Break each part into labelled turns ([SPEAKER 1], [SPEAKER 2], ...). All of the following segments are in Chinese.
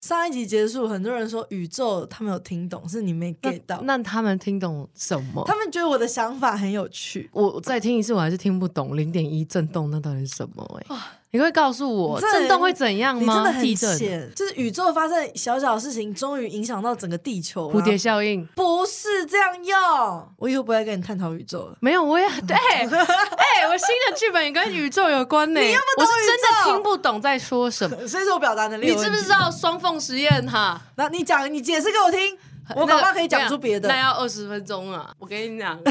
[SPEAKER 1] 上一集结束，很多人说宇宙他们有听懂，是你没 get 到。
[SPEAKER 2] 那他们听懂什么？
[SPEAKER 1] 他们觉得我的想法很有趣，
[SPEAKER 2] 我再听一次，我还是听不懂零点一震动那到底是什么、欸？哎、你会告诉我
[SPEAKER 1] 你真的
[SPEAKER 2] 震动会怎样
[SPEAKER 1] 你真的
[SPEAKER 2] 吗？地
[SPEAKER 1] 很
[SPEAKER 2] 震、
[SPEAKER 1] 浅，就是宇宙发生小小的事情，终于影响到整个地球。
[SPEAKER 2] 蝴
[SPEAKER 1] 然
[SPEAKER 2] 蝶
[SPEAKER 1] 后
[SPEAKER 2] 效应。
[SPEAKER 1] 不是这样用，我以后不会跟你探讨宇宙了。
[SPEAKER 2] 没有， 我也对，哎、我新的剧本也跟宇宙有关呢、
[SPEAKER 1] 懂
[SPEAKER 2] 我是真
[SPEAKER 1] 宇宙
[SPEAKER 2] 的听不懂在说 什么。
[SPEAKER 1] 所以说我表达能力，
[SPEAKER 2] 你知不知？道双缝实验哈？
[SPEAKER 1] 那你讲，你解释给我听，我搞不好可以讲出别的。
[SPEAKER 2] 那要二十分钟啊！我跟 你讲，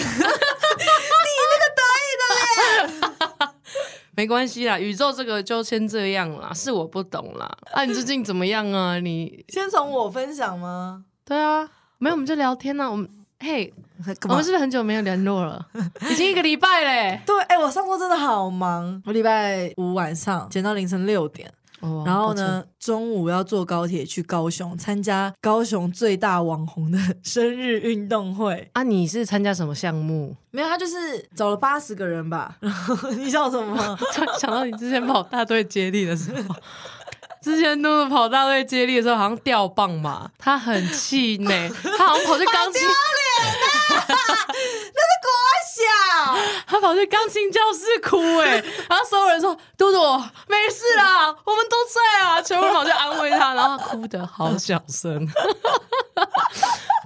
[SPEAKER 2] 没关系啦，宇宙这个就先这样啦，是我不懂啦。啊，你最近怎么样啊？你
[SPEAKER 1] 先从我分享吗？
[SPEAKER 2] 对啊，没有我们就聊天啊呐、我们嘿，
[SPEAKER 1] 干
[SPEAKER 2] 我
[SPEAKER 1] 嘛
[SPEAKER 2] 们是不是很久没有联络了？已经一个礼 拜嘞。
[SPEAKER 1] 对，哎、我上周真的好忙，我礼拜五晚上剪到凌晨六点，
[SPEAKER 2] 哦
[SPEAKER 1] 然后？呢，中午要坐高铁去高雄参加高雄最大网红的 生日运动会。
[SPEAKER 2] 啊，你是参加什么项目？
[SPEAKER 1] 没有，他就是找了八十个人吧。然后你笑什 么？
[SPEAKER 2] 突然想到你之前跑大队接力的时候，之前露露跑大队接力的时候好像掉棒嘛，他很气 馁，他好像跑去钢琴，
[SPEAKER 1] 笑，
[SPEAKER 2] 他跑去钢琴教室哭哎、然后所有人说嘟嘟没事啦，我们都在啊，全部人跑去安慰他，然后他哭得好小声。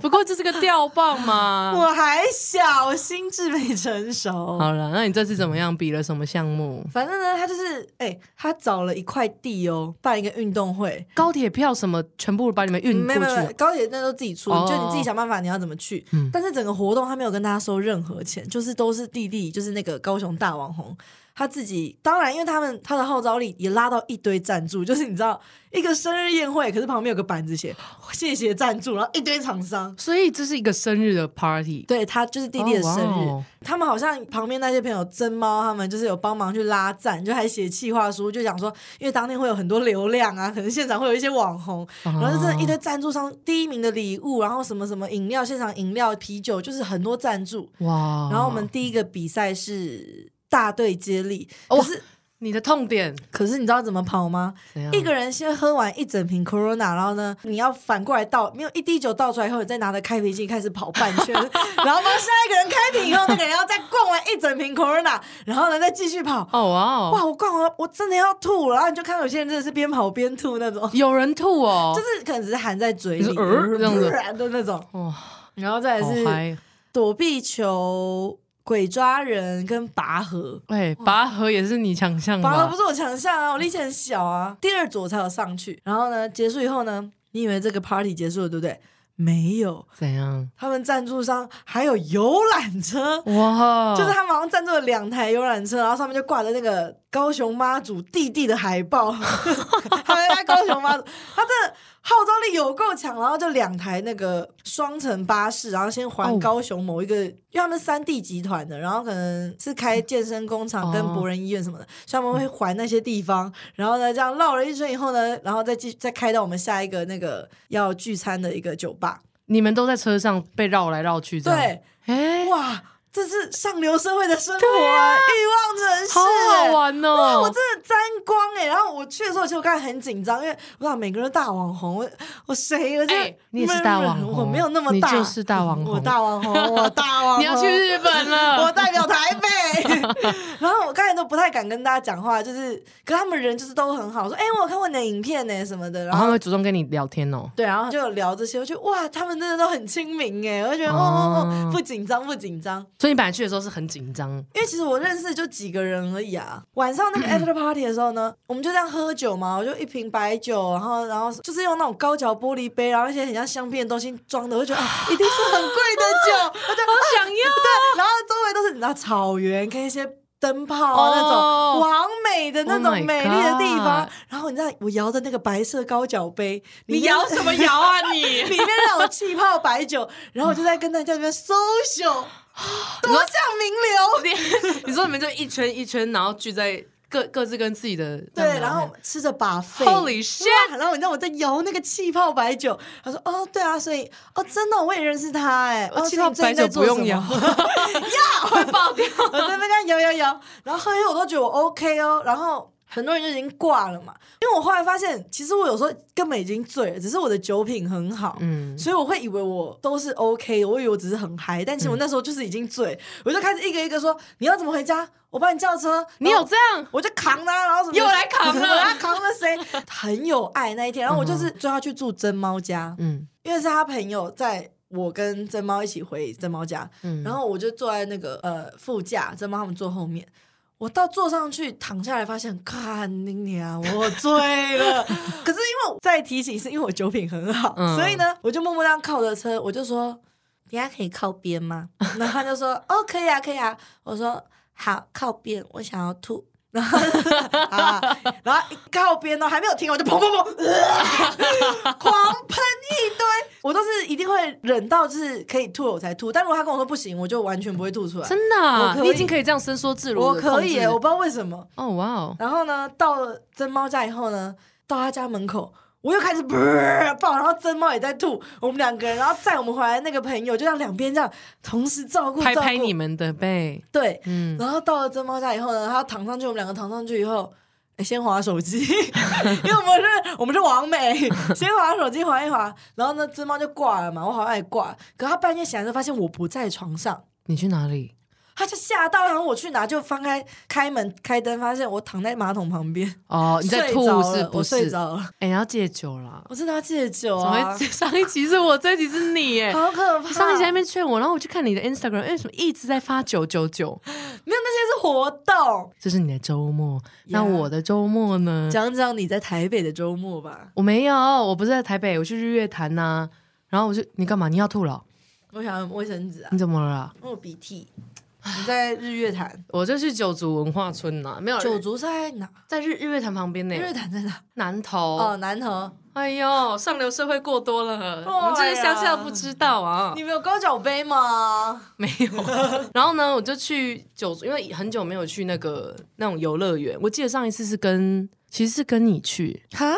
[SPEAKER 2] 不过这是个掉棒嘛。
[SPEAKER 1] 我还小，我心智没成熟。
[SPEAKER 2] 好了，那你这次怎么样？比了什么项目？
[SPEAKER 1] 反正呢，他就是哎、他找了一块地哦，办一个运动会。
[SPEAKER 2] 高铁票什么全部把你们运
[SPEAKER 1] 没
[SPEAKER 2] 过
[SPEAKER 1] 有没有
[SPEAKER 2] 去
[SPEAKER 1] 没有
[SPEAKER 2] 啊？
[SPEAKER 1] 高铁那都自己出，
[SPEAKER 2] 哦
[SPEAKER 1] 就你自己想办法你要怎么去。
[SPEAKER 2] 嗯
[SPEAKER 1] 但是整个活动他没有跟大家收任何钱，就是都是弟弟，就是那个高雄大网红他自己。当然，因为他们他的号召力也拉到一堆赞助，就是你知道一个生日宴会，可是旁边有个板子写谢谢赞助，然后一堆厂商。
[SPEAKER 2] 所以这是一个生日的 party。
[SPEAKER 1] 对他就是弟弟的生
[SPEAKER 2] 哦
[SPEAKER 1] 日
[SPEAKER 2] 哇哦
[SPEAKER 1] 他们好像旁边那些朋友真猫，他们就是有帮忙去拉赞，就还写企划书，就讲说，因为当天会有很多流量啊，可能现场会有一些网红，然后就真的一堆赞助商，第一名的礼物，然后什么什么饮料，现场饮料、啤酒，就是很多赞助。
[SPEAKER 2] 哇！
[SPEAKER 1] 然后我们第一个比赛是大队接力，
[SPEAKER 2] 哦
[SPEAKER 1] 可是
[SPEAKER 2] 你的痛点
[SPEAKER 1] 可是你知道怎么跑吗？
[SPEAKER 2] 怎样？
[SPEAKER 1] 一个人先喝完一整瓶 Corona，然后呢，你要反过来倒，没有一滴酒倒出来以后，你再拿着开瓶器开始跑半 圈，然后帮下一个人开瓶以后，那个人要再灌完一整瓶 Corona，然后呢再继续跑。
[SPEAKER 2] 哦哇
[SPEAKER 1] 哇，
[SPEAKER 2] 哦，
[SPEAKER 1] 我灌完我真的要吐了，然后你就看到有些人真的是边跑边吐那种，
[SPEAKER 2] 有人吐哦，
[SPEAKER 1] 就是可能只是含在嘴
[SPEAKER 2] 就
[SPEAKER 1] 里
[SPEAKER 2] 是呃这样子
[SPEAKER 1] 的那种，
[SPEAKER 2] 哇，
[SPEAKER 1] 然后再来
[SPEAKER 2] 好
[SPEAKER 1] 是
[SPEAKER 2] 嗨！
[SPEAKER 1] 躲避球、鬼抓人跟拔河。
[SPEAKER 2] 哎，拔河也是你强项
[SPEAKER 1] 拔河
[SPEAKER 2] 吧
[SPEAKER 1] 不？是我强项啊，我力气很小啊。第二组我才有上去，然后呢，结束以后呢，你以为这个 party 结束了对不对？没有，
[SPEAKER 2] 怎样？
[SPEAKER 1] 他们赞助商还有游览车，
[SPEAKER 2] 哇，
[SPEAKER 1] 就是他们好像赞助了两台游览车，然后上面就挂着那个高雄妈祖弟弟的海报， 他们在高雄妈祖，他真的号召力有够强，然后就两台那个双层巴士，然后先环
[SPEAKER 2] 哦
[SPEAKER 1] 高雄某一个，因为他们是三地集团的，然后可能是开健身工厂跟
[SPEAKER 2] 哦
[SPEAKER 1] 博仁医院什么的，所以他们会环那些地方，然后呢这样绕了一圈以后呢，然后再继续再开到我们下一个那个要聚餐的一个酒吧，
[SPEAKER 2] 你们都在车上被绕来绕去，这样
[SPEAKER 1] 对，，
[SPEAKER 2] 哎，
[SPEAKER 1] 哇，这是上流社会的生活、啊，欲望城市、
[SPEAKER 2] 好好玩
[SPEAKER 1] 我
[SPEAKER 2] 哦！
[SPEAKER 1] 真的沾光哎、然后我去的时候，其实我刚才很紧张，因为我想每个人都大网红，我我谁？而且、
[SPEAKER 2] 哎你也是大网红
[SPEAKER 1] 我没有那么
[SPEAKER 2] 你
[SPEAKER 1] 大，
[SPEAKER 2] 就是大网红
[SPEAKER 1] 我大网红，我大网红，
[SPEAKER 2] 你要去日本
[SPEAKER 1] 我
[SPEAKER 2] 了，
[SPEAKER 1] 代表台北。然后我刚才都不太敢跟大家讲话，就是，可他们人就是都很好，说，哎、我有看过你的影片呢、什么的，然
[SPEAKER 2] 然后
[SPEAKER 1] 后
[SPEAKER 2] 他。会主动跟你聊天哦。
[SPEAKER 1] 对，然后就有聊这些，我觉得哇，他们真的都很亲民哎，我就觉得哦哦哦，
[SPEAKER 2] 哦
[SPEAKER 1] 不紧张不紧张，
[SPEAKER 2] 所以你本来去的时候是很紧张，
[SPEAKER 1] 因为其实我认识就几个人而已啊。晚上那
[SPEAKER 2] 嗯
[SPEAKER 1] 个 after party 的时候呢，我们就这样喝酒嘛，我就一瓶白酒，然后然后就是用那种高脚玻璃杯，然后一些很像香槟的东西装的，我 就觉得啊，一定是很贵的酒。 我就啊
[SPEAKER 2] 好想要
[SPEAKER 1] 对，然后周围都是你知道草原跟一些灯泡啊那
[SPEAKER 2] 哦
[SPEAKER 1] 种完美的那
[SPEAKER 2] Oh
[SPEAKER 1] 种
[SPEAKER 2] my
[SPEAKER 1] 美丽的地方
[SPEAKER 2] God。
[SPEAKER 1] 然后你知道我摇的那个白色高脚杯，
[SPEAKER 2] 你摇什么摇啊你？
[SPEAKER 1] 里面让我气泡白酒，然后我就在跟大家这边 social，多向名流。
[SPEAKER 2] 你你说你们就一圈一圈，然后聚在各各自跟自己的
[SPEAKER 1] 对，然后吃着把费
[SPEAKER 2] Holy shit！
[SPEAKER 1] 然后你知道我在摇那个气泡白酒，他说哦对啊，所以哦真的我也认识他哎，哦
[SPEAKER 2] 气泡白酒不用摇，
[SPEAKER 1] 所以你最近在做什么
[SPEAKER 2] 会爆掉。
[SPEAKER 1] 我在那边这样摇摇摇，然后喝一喝我都觉得我 OK 哦，然后。很多人就已经挂了嘛。因为我后来发现，其实我有时候根本已经醉了，只是我的酒品很好，
[SPEAKER 2] 嗯，
[SPEAKER 1] 所以我会以为我都是 OK 的，我以为我只是很嗨，但其实
[SPEAKER 2] 嗯
[SPEAKER 1] 我那时候就是已经醉，我就开始一个一个说你要怎么回家，我帮你叫车。
[SPEAKER 2] 你
[SPEAKER 1] 然
[SPEAKER 2] 有
[SPEAKER 1] 后
[SPEAKER 2] 这样？
[SPEAKER 1] 我就扛他，然后什么
[SPEAKER 2] 又来扛了
[SPEAKER 1] 他扛了谁？很有爱那一天，然后我就是追他去住真猫家，
[SPEAKER 2] 嗯
[SPEAKER 1] 因为是他朋友在。我跟真猫一起回真猫家，
[SPEAKER 2] 嗯
[SPEAKER 1] 然后我就坐在那个呃副驾，真猫他们坐后面。我到坐上去躺下来，发现看你娘，我醉了。 可是因为我再提醒，是因为我酒品很好，
[SPEAKER 2] 嗯
[SPEAKER 1] 所以呢，我就默默这样靠着车，我就说等一下可以靠边吗？然后他就说：“哦，可以啊，可以啊。”我说：“好，靠边，我想要吐。” 然后啊，然后一靠边哦呢，还没有停，我就砰 砰砰，呃狂喷一堆。我都是一定会忍到就是可以吐了我才吐，但如果他跟我说不行，我就完全不会吐出来。
[SPEAKER 2] 真的啊、
[SPEAKER 1] 我可以
[SPEAKER 2] 你已经可以这样伸缩自如
[SPEAKER 1] 我
[SPEAKER 2] 地控制。
[SPEAKER 1] 可以耶，我不知道为什么。
[SPEAKER 2] 哦哇哦，
[SPEAKER 1] 然后呢，到了真猫家以后呢，到他家门口，我又开始 噗爆，然后真猫也在吐，我们两个人，然后载我们回来的那个朋友，就让两边这样同时照顾，
[SPEAKER 2] 拍
[SPEAKER 1] 照
[SPEAKER 2] 拍
[SPEAKER 1] 顾
[SPEAKER 2] 你们的背，
[SPEAKER 1] 对，
[SPEAKER 2] 嗯，
[SPEAKER 1] 然后到了真猫家以后呢，他躺上去，我们两个躺上去以后，诶先划手机， 因为我们是我们是王美， 先划手机划一划，然后呢，真猫就挂了嘛，我好像也挂了，可他半夜醒来就发现我不在床上。
[SPEAKER 2] 你去哪里？
[SPEAKER 1] 他就吓到，然后我去哪就翻开开门开灯，发现我躺在马桶旁边，
[SPEAKER 2] 哦，你在
[SPEAKER 1] 睡
[SPEAKER 2] 吐
[SPEAKER 1] 着
[SPEAKER 2] 是
[SPEAKER 1] 了
[SPEAKER 2] 不
[SPEAKER 1] 我睡
[SPEAKER 2] 是？
[SPEAKER 1] 着了，
[SPEAKER 2] 哎、你要戒酒啦！
[SPEAKER 1] 我真的要戒酒
[SPEAKER 2] 怎么
[SPEAKER 1] 啊
[SPEAKER 2] 会， 上一集是我，这一集是 你耶？
[SPEAKER 1] 好可怕！
[SPEAKER 2] 上一集在那边劝我，然后我去看你的 Instagram，为什么一直在发九九九？
[SPEAKER 1] 没有那些是活动，
[SPEAKER 2] 这是你的周末那
[SPEAKER 1] Yeah
[SPEAKER 2] 我的周末呢？
[SPEAKER 1] 讲讲你在台北的周末吧。
[SPEAKER 2] 我没有，我不是在台北，我去日月潭呐、然后我就你干嘛？你要吐了哦？
[SPEAKER 1] 我想要卫生纸啊，
[SPEAKER 2] 你怎么了啊？
[SPEAKER 1] 我有鼻涕。你在日月潭，
[SPEAKER 2] 我就去九族文化村呐、没有
[SPEAKER 1] 九族在哪？
[SPEAKER 2] 在日日月潭旁边呢、
[SPEAKER 1] 日月潭在哪？
[SPEAKER 2] 南投。
[SPEAKER 1] 哦，南投。
[SPEAKER 2] 哎呦，上流社会过多了，
[SPEAKER 1] 哇
[SPEAKER 2] 我们这些乡下不知道啊。
[SPEAKER 1] 你们有高脚杯吗？
[SPEAKER 2] 没有。 然后呢，我就去九族，因为很久没有去那个那种游乐园。我记得上一次是跟，其实是跟你去，
[SPEAKER 1] 哈？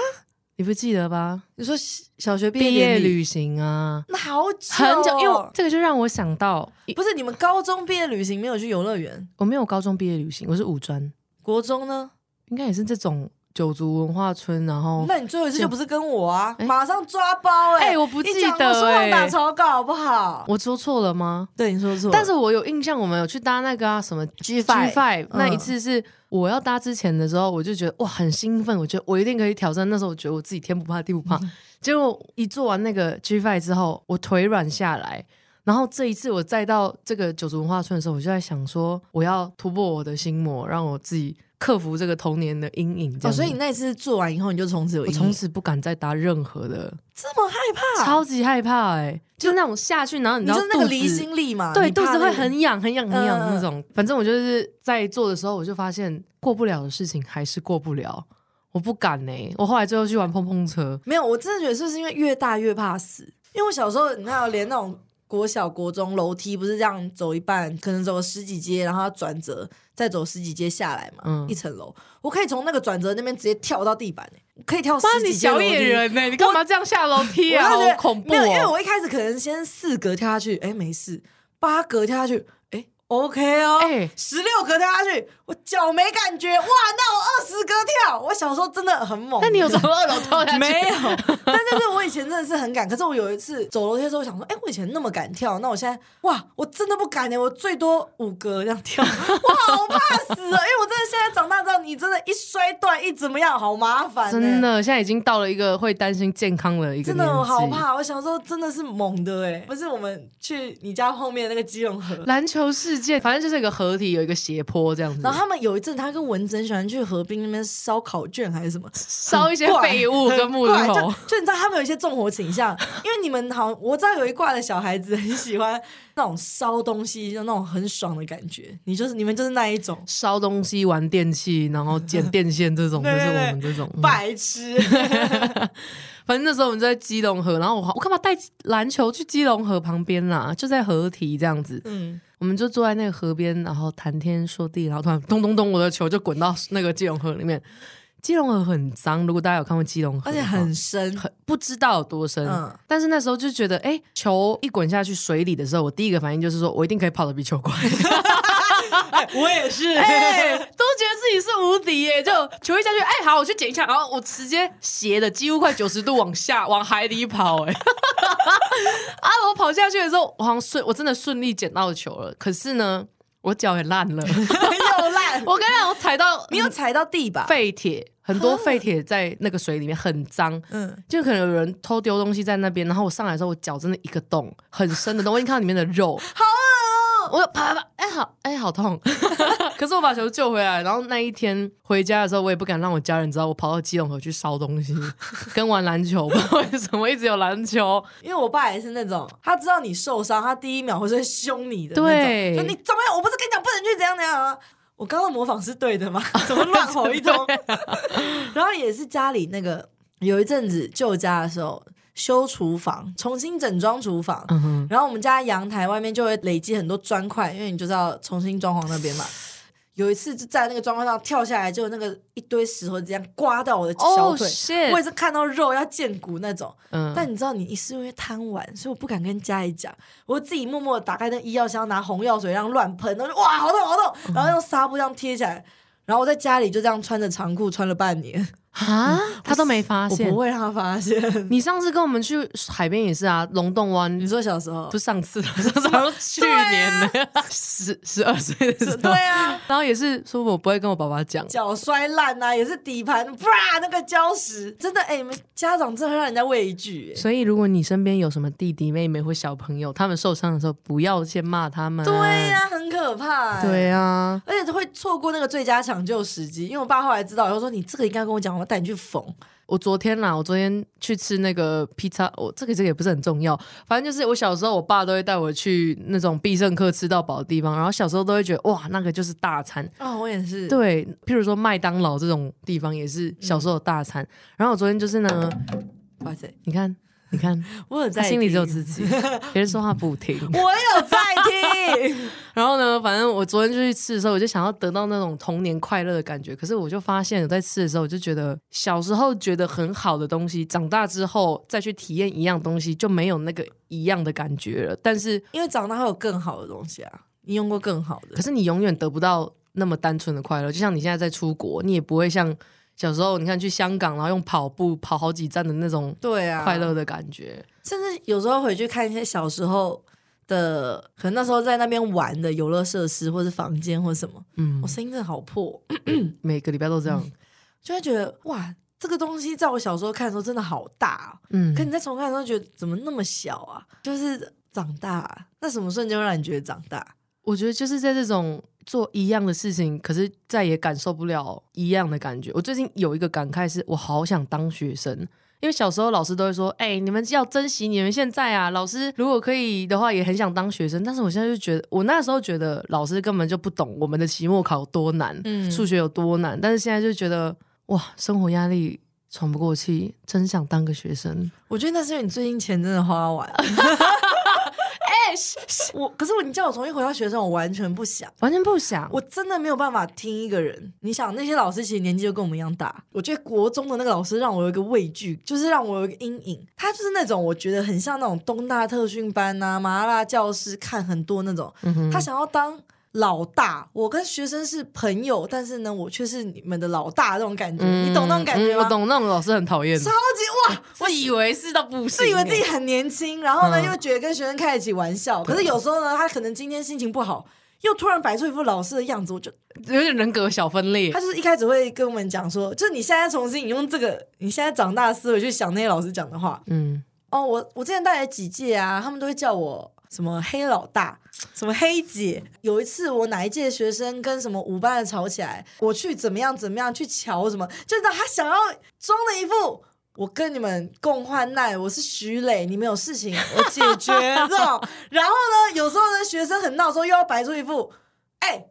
[SPEAKER 2] 你不记得吧？
[SPEAKER 1] 你说小学毕
[SPEAKER 2] 毕业
[SPEAKER 1] 业旅
[SPEAKER 2] 旅行啊，
[SPEAKER 1] 那好久
[SPEAKER 2] 很
[SPEAKER 1] 哦
[SPEAKER 2] 久，因为我这个就让我想到，
[SPEAKER 1] 不是你们高中毕业旅行没有去游乐园，
[SPEAKER 2] 我没有高中毕业旅行，我是五专，
[SPEAKER 1] 国中呢？
[SPEAKER 2] 应该也是这种九族文化村，然后
[SPEAKER 1] 那你最后一次就不是跟我啊，
[SPEAKER 2] 哦哎
[SPEAKER 1] 马上抓包哎、
[SPEAKER 2] 哎我不记得
[SPEAKER 1] 你讲我说谎
[SPEAKER 2] 哎
[SPEAKER 1] 打草稿好不好？
[SPEAKER 2] 我说错了吗？
[SPEAKER 1] 对你说错
[SPEAKER 2] 但是我有印象，我们有去搭那个啊什么
[SPEAKER 1] G
[SPEAKER 2] G Five
[SPEAKER 1] 嗯
[SPEAKER 2] 那一次是我要搭之前的时候，我就觉得哇很兴奋，我觉得我一定可以挑战。那时候我觉得我自己天不怕地不怕，结果一做完那个 G Five 之后，我腿软下来。然后这一次我再到这个九族文化村的时候，我就在想说，我要突破我的心魔，让我自己克服这个童年的阴影。这
[SPEAKER 1] 哦，
[SPEAKER 2] 样子、
[SPEAKER 1] 所以你那一次做完以后，你就从此有
[SPEAKER 2] 我
[SPEAKER 1] 阴影
[SPEAKER 2] 从此不敢再搭任何的，
[SPEAKER 1] 这么害怕，
[SPEAKER 2] 超级害怕哎、就是那种下去，然后你
[SPEAKER 1] 你
[SPEAKER 2] 知道
[SPEAKER 1] 就是那个
[SPEAKER 2] 肚
[SPEAKER 1] 离
[SPEAKER 2] 子
[SPEAKER 1] 心力嘛，
[SPEAKER 2] 对，
[SPEAKER 1] 你怕
[SPEAKER 2] 肚子
[SPEAKER 1] 那
[SPEAKER 2] 会
[SPEAKER 1] 个
[SPEAKER 2] 很痒、很痒、很
[SPEAKER 1] 嗯
[SPEAKER 2] 痒
[SPEAKER 1] 嗯嗯
[SPEAKER 2] 那种。反正我就是在做的时候，我就发现过不了的事情还是过不了，我不敢呢、我后来最后去玩碰碰车，
[SPEAKER 1] 没有，我真的觉得是不是因为越大越怕死？因为我小时候，你看，连那种国小、国中楼梯不是这样走一半，可能走十几阶，然后要转折，再走十几阶下来嘛，
[SPEAKER 2] 嗯
[SPEAKER 1] 一层楼，我可以从那个转折那边直接跳到地板、欸，可以跳十
[SPEAKER 2] 妈，你
[SPEAKER 1] 几阶楼
[SPEAKER 2] 小
[SPEAKER 1] 梯。
[SPEAKER 2] 野人呢、你干嘛这样下楼梯啊？
[SPEAKER 1] 欸我
[SPEAKER 2] 好
[SPEAKER 1] 就觉得
[SPEAKER 2] 恐怖、
[SPEAKER 1] 没有，因为
[SPEAKER 2] 哦！
[SPEAKER 1] 我一开始可能先四格跳下去，哎、没事；八格跳下去，哎、OK 哦，
[SPEAKER 2] 哎
[SPEAKER 1] 十六格跳下去，我脚没感觉，哇，那我二十格跳，我小时候真的很猛。
[SPEAKER 2] 那你有从二楼跳 下去？
[SPEAKER 1] 没有，但就是我以前真的是很敢。可是我有一次走楼梯的时候，我想说，哎、我以前那么敢跳，那我现在哇，我真的不敢哎、我最多五格这样跳，我好怕死啊！因为我真的现在长大之后，你真的一摔断一怎么样，好麻烦、欸
[SPEAKER 2] 真。的，现在已经到了一个会担心健康的一个
[SPEAKER 1] 真
[SPEAKER 2] 年纪。
[SPEAKER 1] 的我好怕，我小时候真的是猛的哎、不是我们去你家后面那个基隆河，
[SPEAKER 2] 篮球世界，反正就是一个合体，有一个斜坡这样子，
[SPEAKER 1] 然后他们有一阵他跟文珍喜欢去河滨那边烧烤卷还是什么，
[SPEAKER 2] 烧一些废物跟木
[SPEAKER 1] 怪就
[SPEAKER 2] 头。
[SPEAKER 1] 就你知道他们有一些纵火倾向，因为你们好，我知道有一挂的小孩子很喜欢那种烧东西，就那种很爽的感觉。你就是你们就是那一种
[SPEAKER 2] 烧东西、玩电器，然后剪电线 这种，就
[SPEAKER 1] 对
[SPEAKER 2] 是
[SPEAKER 1] 对
[SPEAKER 2] 我
[SPEAKER 1] 对
[SPEAKER 2] 们这种。嗯
[SPEAKER 1] 白 痴，
[SPEAKER 2] 反正那时候我们就在基隆河，然后我我干嘛带篮球去基隆河旁边啦？就在河堤这样子，
[SPEAKER 1] 嗯，
[SPEAKER 2] 我们就坐在那个河边，然后谈天说地，然后突然咚咚咚，我的球就滚到那个基隆河里面。基隆河很脏，如果大家有看过基隆
[SPEAKER 1] 而
[SPEAKER 2] 河的
[SPEAKER 1] 且
[SPEAKER 2] 话，
[SPEAKER 1] 很深，
[SPEAKER 2] 很不知道有多深。
[SPEAKER 1] 嗯
[SPEAKER 2] 但是那时候就觉得， 哎、球一滚下去水里的时候，我第一个反应就是说我一定可以跑得比球快。
[SPEAKER 1] 哎我也是，
[SPEAKER 2] 哎、都觉得自己是无敌耶、就球一下去，哎、好，我去捡一下，然后我直接斜的，几乎快九十度往下， 往海里跑、哎， 啊，我跑下去的时候，我好像顺，我真的顺利捡到球了，可是呢，我脚也烂了，
[SPEAKER 1] 又烂。
[SPEAKER 2] 我跟你讲，我踩到
[SPEAKER 1] 你有踩到地吧？
[SPEAKER 2] 废铁，很多废铁在那个水里面很脏，
[SPEAKER 1] 嗯，
[SPEAKER 2] 就可能有人偷丢东西在那边，然后我上来的时候，我脚真的一个洞，很深的洞，我已经看到里面的肉，
[SPEAKER 1] 好恶哦。
[SPEAKER 2] 我啪啪啪，哎、好，哎、好 痛！可是我把球救回来，然后那一天回家的时候，我也不敢让我家人知道我跑到基隆河去烧东西，跟玩篮球，不知道为什么一直有篮球。
[SPEAKER 1] 因为我爸也是那种，他知道你受伤，他第一秒会是会凶你的那种，
[SPEAKER 2] 对
[SPEAKER 1] 说你怎么样？我不是跟你讲不能去怎样怎样啊？我刚刚模仿是对的吗？怎么乱吼一通？ 然后也是家里那个有一阵子旧家的时候修厨房，重新整装厨房，
[SPEAKER 2] 嗯哼，
[SPEAKER 1] 然后我们家阳台外面就会累积很多砖块，因为你就知道重新装潢那边嘛。有一次就在那个砖块上跳下来，就那个一堆石头这样刮到我的小
[SPEAKER 2] 哦、
[SPEAKER 1] 腿
[SPEAKER 2] s h i
[SPEAKER 1] 我也
[SPEAKER 2] t
[SPEAKER 1] 是看到肉要见骨那种。
[SPEAKER 2] 嗯，
[SPEAKER 1] 但你知道，你是因为贪玩，所以我不敢跟家里讲，我自己默默地打开那医药箱，拿红药水这样乱喷，然后就哇，好痛好痛，然后用纱布这样贴起来，然后我在家里就这样穿着长裤穿了半年，
[SPEAKER 2] 啊，他都没发
[SPEAKER 1] 我
[SPEAKER 2] 现
[SPEAKER 1] 不。会让他发现。
[SPEAKER 2] 你上次跟我们去海边也是啊，龙洞湾
[SPEAKER 1] 你说小时候
[SPEAKER 2] 不，是上次 了，上次去年的 十十二岁的时候，
[SPEAKER 1] 对啊，
[SPEAKER 2] 然后也是说我不会跟我爸爸讲，
[SPEAKER 1] 脚摔烂啊，也是底盘啪那个礁石，真的哎、你们家长真的会让人家畏惧、哎
[SPEAKER 2] 所以，如果你身边有什么弟弟妹妹或小朋友，他们受伤的时候，不要先骂他们。
[SPEAKER 1] 对、呀、很可怕、哎
[SPEAKER 2] 对啊，
[SPEAKER 1] 而且会错过那个最佳抢救时机，因为我爸后来知道，然后说你这个应该跟我讲，我要带你去缝。
[SPEAKER 2] 我昨天啦，我昨天去吃那个披萨，我这个这个也不是很重要，反正就是我小时候，我爸都会带我去那种必胜客吃到饱的地方，然后小时候都会觉得哇，那个就是大餐。
[SPEAKER 1] 哦，我也是。
[SPEAKER 2] 对，譬如说麦当劳这种地方也是小时候的大
[SPEAKER 1] 嗯
[SPEAKER 2] 餐。然后我昨天就是呢，
[SPEAKER 1] 哇塞，
[SPEAKER 2] 你看，你看，
[SPEAKER 1] 我 有在
[SPEAKER 2] 他
[SPEAKER 1] 听，
[SPEAKER 2] 心里只有自己，别人说话不听。
[SPEAKER 1] 我有在听。
[SPEAKER 2] 然后呢，反正我昨天就去吃的时候，我就想要得到那种童年快乐的感觉。可是我就发现，我在吃的时候，我就觉得小时候觉得很好的东西，长大之后再去体验一样东西，就没有那个一样的感觉了。但是，
[SPEAKER 1] 因为长大会有更好的东西啊，你用过更好的
[SPEAKER 2] 可。是你永远得不到那么单纯的快乐。就像你现在在出国，你也不会像小时候，你看去香港，然后用跑步跑好几站的那种
[SPEAKER 1] 对啊，
[SPEAKER 2] 快乐的感觉。
[SPEAKER 1] 甚至有时候回去看一些小时候的，可能那时候在那边玩的游乐设施，或是房间或什么，
[SPEAKER 2] 嗯
[SPEAKER 1] 我、，声音真的好破，
[SPEAKER 2] 每个礼拜都这样。
[SPEAKER 1] 就会觉得哇，这个东西在我小时候看的时候真的好大、哦，
[SPEAKER 2] 嗯，
[SPEAKER 1] 可你在重看的时候觉得怎么那么小啊？就是长大、啊，那什么瞬间会让你觉得长大？
[SPEAKER 2] 我觉得就是在这种做一样的事情，可是再也感受不了一样的感觉。我最近有一个感慨是，我好想当学生，因为小时候老师都会说：“哎、你们要珍惜你们现在啊！”老师如果可以的话，也很想当学生。但是我现在就觉得，我那时候觉得老师根本就不懂我们的期末考多难，
[SPEAKER 1] 嗯
[SPEAKER 2] 数学有多难。但是现在就觉得，哇，生活压力喘不过气，真想当个学生。
[SPEAKER 1] 我觉得那是因为你最近钱真的花完。
[SPEAKER 2] 哎、
[SPEAKER 1] 我可是我，你叫我重新回到学生，我完全不想。
[SPEAKER 2] 完全不想。
[SPEAKER 1] 我真的没有办法听一个人。你想，那些老师其实年纪就跟我们一样大。我觉得国中的那个老师让我有一个畏惧，就是让我有一个阴影。他就是那种我觉得很像那种东大特训班呐、麻辣教师看很多那种。
[SPEAKER 2] 嗯哼
[SPEAKER 1] 他想要当老大，我跟学生是朋友，但是呢，我却是你们的老大那种感觉。你懂那种感觉
[SPEAKER 2] 嗯
[SPEAKER 1] 吗？
[SPEAKER 2] 我懂那种老师很讨厌。
[SPEAKER 1] 超级哇！
[SPEAKER 2] 我以为是到不行、
[SPEAKER 1] 自以为自己很年轻，然后呢、
[SPEAKER 2] 嗯
[SPEAKER 1] 又觉得跟学生开得起玩笑，可是有时候呢，他可能今天心情不好，又突然摆出一副老师的样子，我就
[SPEAKER 2] 有点人格小分裂
[SPEAKER 1] 他。就是一开始会跟我们讲说，就是你现在重新你用这个你现在长大的思维去想那些老师讲的话，
[SPEAKER 2] 嗯，
[SPEAKER 1] 哦，我我之前带了几届啊，他们都会叫我什么黑老大，什么黑姐。有一次我哪一届学生跟什么五班的吵起来，我去怎么样怎么样去瞧什么，就是他想要装的一副。我跟你们共患难，我是徐磊，你们有事情我解决 这种。然后呢，有时候呢，学生很闹的时候，又要摆出一副，哎、尊师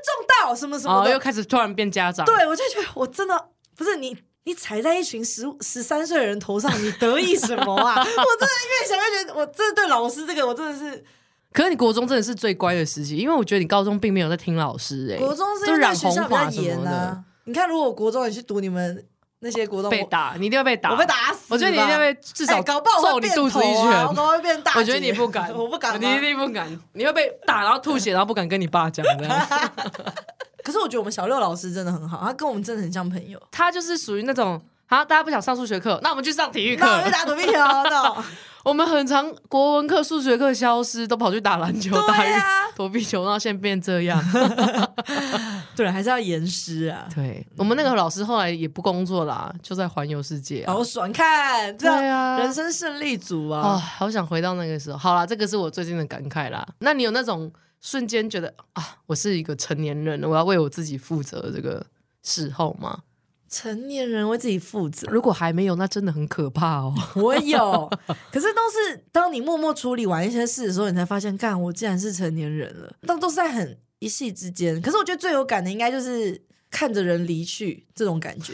[SPEAKER 1] 重道什么什么
[SPEAKER 2] 哦，
[SPEAKER 1] 的，
[SPEAKER 2] 又开始突然变家长。，
[SPEAKER 1] 对，我就觉得我真的不是你，你踩在一群十十三岁的人头上，你得意什么 啊？我真的越想越觉得，我真的对老师这个，我真的是
[SPEAKER 2] 可是你国中真的是最乖的时期，因为我觉得你高中并没有在听老师、欸。
[SPEAKER 1] 国中是
[SPEAKER 2] 就
[SPEAKER 1] 因为
[SPEAKER 2] 染
[SPEAKER 1] 学
[SPEAKER 2] 红
[SPEAKER 1] 校比
[SPEAKER 2] 发
[SPEAKER 1] 较
[SPEAKER 2] 什么
[SPEAKER 1] 严啊
[SPEAKER 2] 的。
[SPEAKER 1] 啊。你看，如果国中你去读你们那些国栋
[SPEAKER 2] 被打，你一定会被打，
[SPEAKER 1] 我被打死吧。
[SPEAKER 2] 我觉得你一定会至少
[SPEAKER 1] 哎搞不好我
[SPEAKER 2] 揍
[SPEAKER 1] 会
[SPEAKER 2] 你
[SPEAKER 1] 变
[SPEAKER 2] 肚子一
[SPEAKER 1] 头啊我
[SPEAKER 2] 拳
[SPEAKER 1] 搞。不好会变大姐。
[SPEAKER 2] 我觉得你不 敢，
[SPEAKER 1] 我不敢啊
[SPEAKER 2] 你
[SPEAKER 1] 吗。
[SPEAKER 2] 一定不敢，你会被打，然后吐血，然后不敢跟你爸讲 这样。
[SPEAKER 1] 可是我觉得我们小六老师真的很好，他跟我们真的很像朋 友。
[SPEAKER 2] 他就是属于那种，好，大家不想上数学课，那我们去上体育
[SPEAKER 1] 那我就
[SPEAKER 2] 课。
[SPEAKER 1] 打躲避球， 那
[SPEAKER 2] 我们很常国文课、数学课消失，都跑去打篮球、打
[SPEAKER 1] 对啊
[SPEAKER 2] 羽
[SPEAKER 1] 呀，
[SPEAKER 2] 躲避球，然后现在变这样。
[SPEAKER 1] 对，还是要严师啊。
[SPEAKER 2] 对我们那个老师后来也不工作啦，就在环游世界啊、
[SPEAKER 1] 好爽，看这样
[SPEAKER 2] 对啊
[SPEAKER 1] 人生胜利组
[SPEAKER 2] 哦，
[SPEAKER 1] 啊！
[SPEAKER 2] 好想回到那个时候。好啦，这个是我最近的感慨啦。那你有那种瞬间觉得啊，我是一个成年人，我要为我自己负责的这个时候吗？
[SPEAKER 1] 成年人为自己负责，
[SPEAKER 2] 如果还没有，那真的很可怕哦。
[SPEAKER 1] 我有，可是都是当你默默处理完一些事的时候，你才发现，干，我竟然是成年人了。但都是在很一夕之间。可是我觉得最有感的应该就是看着人离去这种感觉，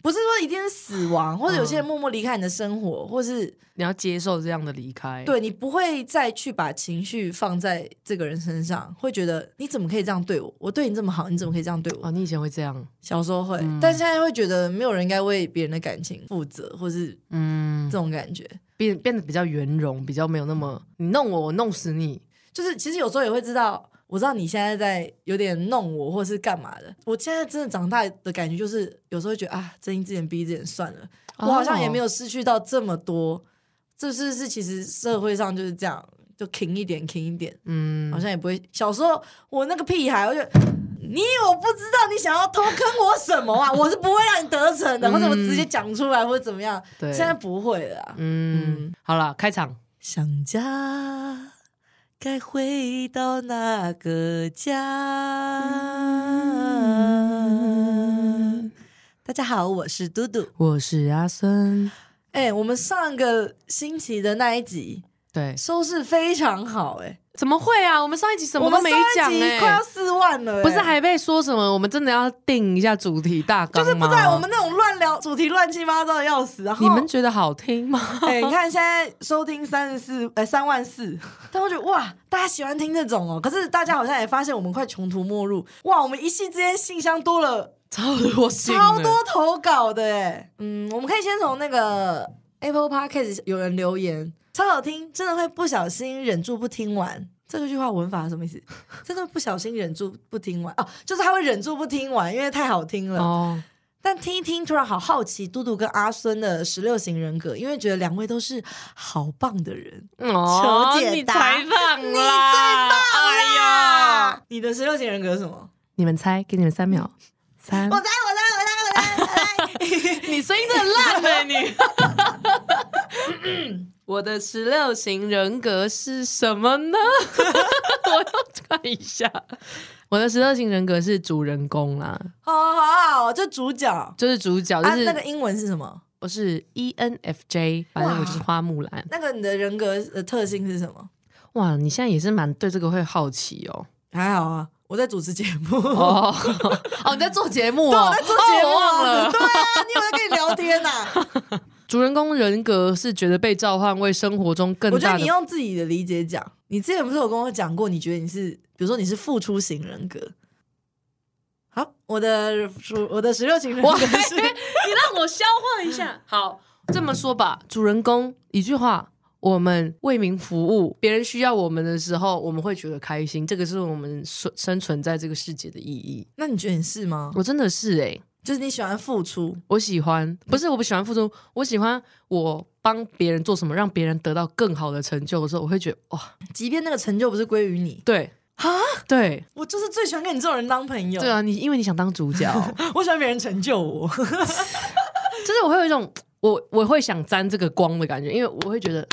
[SPEAKER 1] 不是说一定是死亡，或者有些人默默离开你的生活，或是
[SPEAKER 2] 你要接受这样的离开，，
[SPEAKER 1] 对你不会再去把情绪放在这个人身上，会觉得你怎么可以这样对我？我对你这么好，你怎么可以这样对我？
[SPEAKER 2] 哦，你以前会这样，
[SPEAKER 1] 小时候会，但现在会觉得没有人应该为别人的感情负责，或是
[SPEAKER 2] 嗯
[SPEAKER 1] 这，种感觉。
[SPEAKER 2] 变变得比较圆融，比较没有那么你弄我，我弄死你，
[SPEAKER 1] 就是其实有时候也会知道，我知道你现在在有点弄我，或是干嘛的。我现在真的长大的感觉就是，有时候会觉得啊，睁一只眼闭一只眼算了，我好像也
[SPEAKER 2] 哦
[SPEAKER 1] 没有失去到这么多。这是是其实社会上就是这样，就停一点，停一点，
[SPEAKER 2] 嗯
[SPEAKER 1] 好，像也不会。小时候我那个屁孩，我就。你我不知道你想要偷坑我什么啊！我是不会让你得逞的，
[SPEAKER 2] 嗯
[SPEAKER 1] 或者我直接讲出来，或者怎么样。
[SPEAKER 2] 对，
[SPEAKER 1] 现在不会了、啊。
[SPEAKER 2] 嗯，好啦，开场，
[SPEAKER 1] 想家，该回到那个家。嗯大家好，我是嘟嘟。
[SPEAKER 2] 嗯我是阿森，
[SPEAKER 1] 哎、我们上个星期的那一集
[SPEAKER 2] 对，
[SPEAKER 1] 收视非常好、哎，
[SPEAKER 2] 怎么会啊？我们上一集什么
[SPEAKER 1] 我
[SPEAKER 2] 都
[SPEAKER 1] 们
[SPEAKER 2] 没
[SPEAKER 1] 上一
[SPEAKER 2] 讲
[SPEAKER 1] 集
[SPEAKER 2] 哎、
[SPEAKER 1] 快要四万了、哎
[SPEAKER 2] 不是还被说什么？我们真的要定一下主题大纲
[SPEAKER 1] 就是不
[SPEAKER 2] 吗
[SPEAKER 1] 在我们那种乱聊主题乱七八糟的要死，然后
[SPEAKER 2] 你们觉得好听吗？
[SPEAKER 1] 哎、你看现在收听三十四，哎，三万四， 但我觉得哇，大家喜欢听这种哦。可是大家好像也发现我们快穷途末路，哇，我们一夕之间信箱多了
[SPEAKER 2] 超多信的
[SPEAKER 1] 超多投稿的哎。嗯，我们可以先从那个 Apple Podcast 有人留言，超好听，真的会不小心忍住不听完。 这个句话文法是什么意思？真的不小心忍住不听完哦，就是他会忍住不听完，因为太好听了。
[SPEAKER 2] 哦，
[SPEAKER 1] 但听一听，突然好好奇嘟嘟跟阿孙的十六型人格，因为觉得两位都是好棒的人。
[SPEAKER 2] 哦
[SPEAKER 1] 求解
[SPEAKER 2] 你
[SPEAKER 1] 答
[SPEAKER 2] 才棒啦，你最哎呀，
[SPEAKER 1] 啊，你的十六型人格是什么？
[SPEAKER 2] 你们猜，给你们三秒，三
[SPEAKER 1] 我猜，我猜，我猜，我猜，我猜。
[SPEAKER 2] 你声音真的烂哎、你。 我的十六型人格是什么呢？ 我要看一下。我的十六型人格是主人公啦，
[SPEAKER 1] 好好好，这主角啊，
[SPEAKER 2] 就是主角，就是、
[SPEAKER 1] 那个英文是什么？
[SPEAKER 2] 我是 E ENFJ，反正我就是花木兰。
[SPEAKER 1] 那个你的人格的特性是什么？
[SPEAKER 2] 哇，你现在也是蛮对这个会好奇哦。
[SPEAKER 1] 还好啊，我在主持节目， 我
[SPEAKER 2] 哦 哦，你在做节目哦，
[SPEAKER 1] 在做节目
[SPEAKER 2] 哦我
[SPEAKER 1] 啊，
[SPEAKER 2] 忘了。
[SPEAKER 1] 对啊，你有在跟你聊天啊 呐？
[SPEAKER 2] 主人公人格是觉得被召唤为生活中更
[SPEAKER 1] 我觉
[SPEAKER 2] 大
[SPEAKER 1] 得你
[SPEAKER 2] 的
[SPEAKER 1] 用自己的理解讲，你之前不是有跟我讲过，你觉得你是，比如说你是付出型人格。好，我的属 我的十六型人
[SPEAKER 2] 我
[SPEAKER 1] 格是
[SPEAKER 2] 你让我消化一下。 好，这么说吧，主人公一句话，我们为民服务，别人需要我们的时候，我们会觉得开心，这个是我们生生存在这个世界的意义。
[SPEAKER 1] 那你觉得你是吗？
[SPEAKER 2] 我真的是诶、
[SPEAKER 1] 就是你喜欢付出，
[SPEAKER 2] 我喜欢，不是我不喜欢付出，我喜欢我帮别人做什么，让别人得到更好的成就的时候，我会觉得哇，
[SPEAKER 1] 即便那个成就不是归于你
[SPEAKER 2] 对
[SPEAKER 1] 啊，
[SPEAKER 2] 对
[SPEAKER 1] 我就是最喜欢跟你这种人当朋友。
[SPEAKER 2] 对，啊，你因为你想当主 角，
[SPEAKER 1] 我喜欢别人成就我。
[SPEAKER 2] 就是我会有一种我我会想沾这个光的感觉，因为我会觉得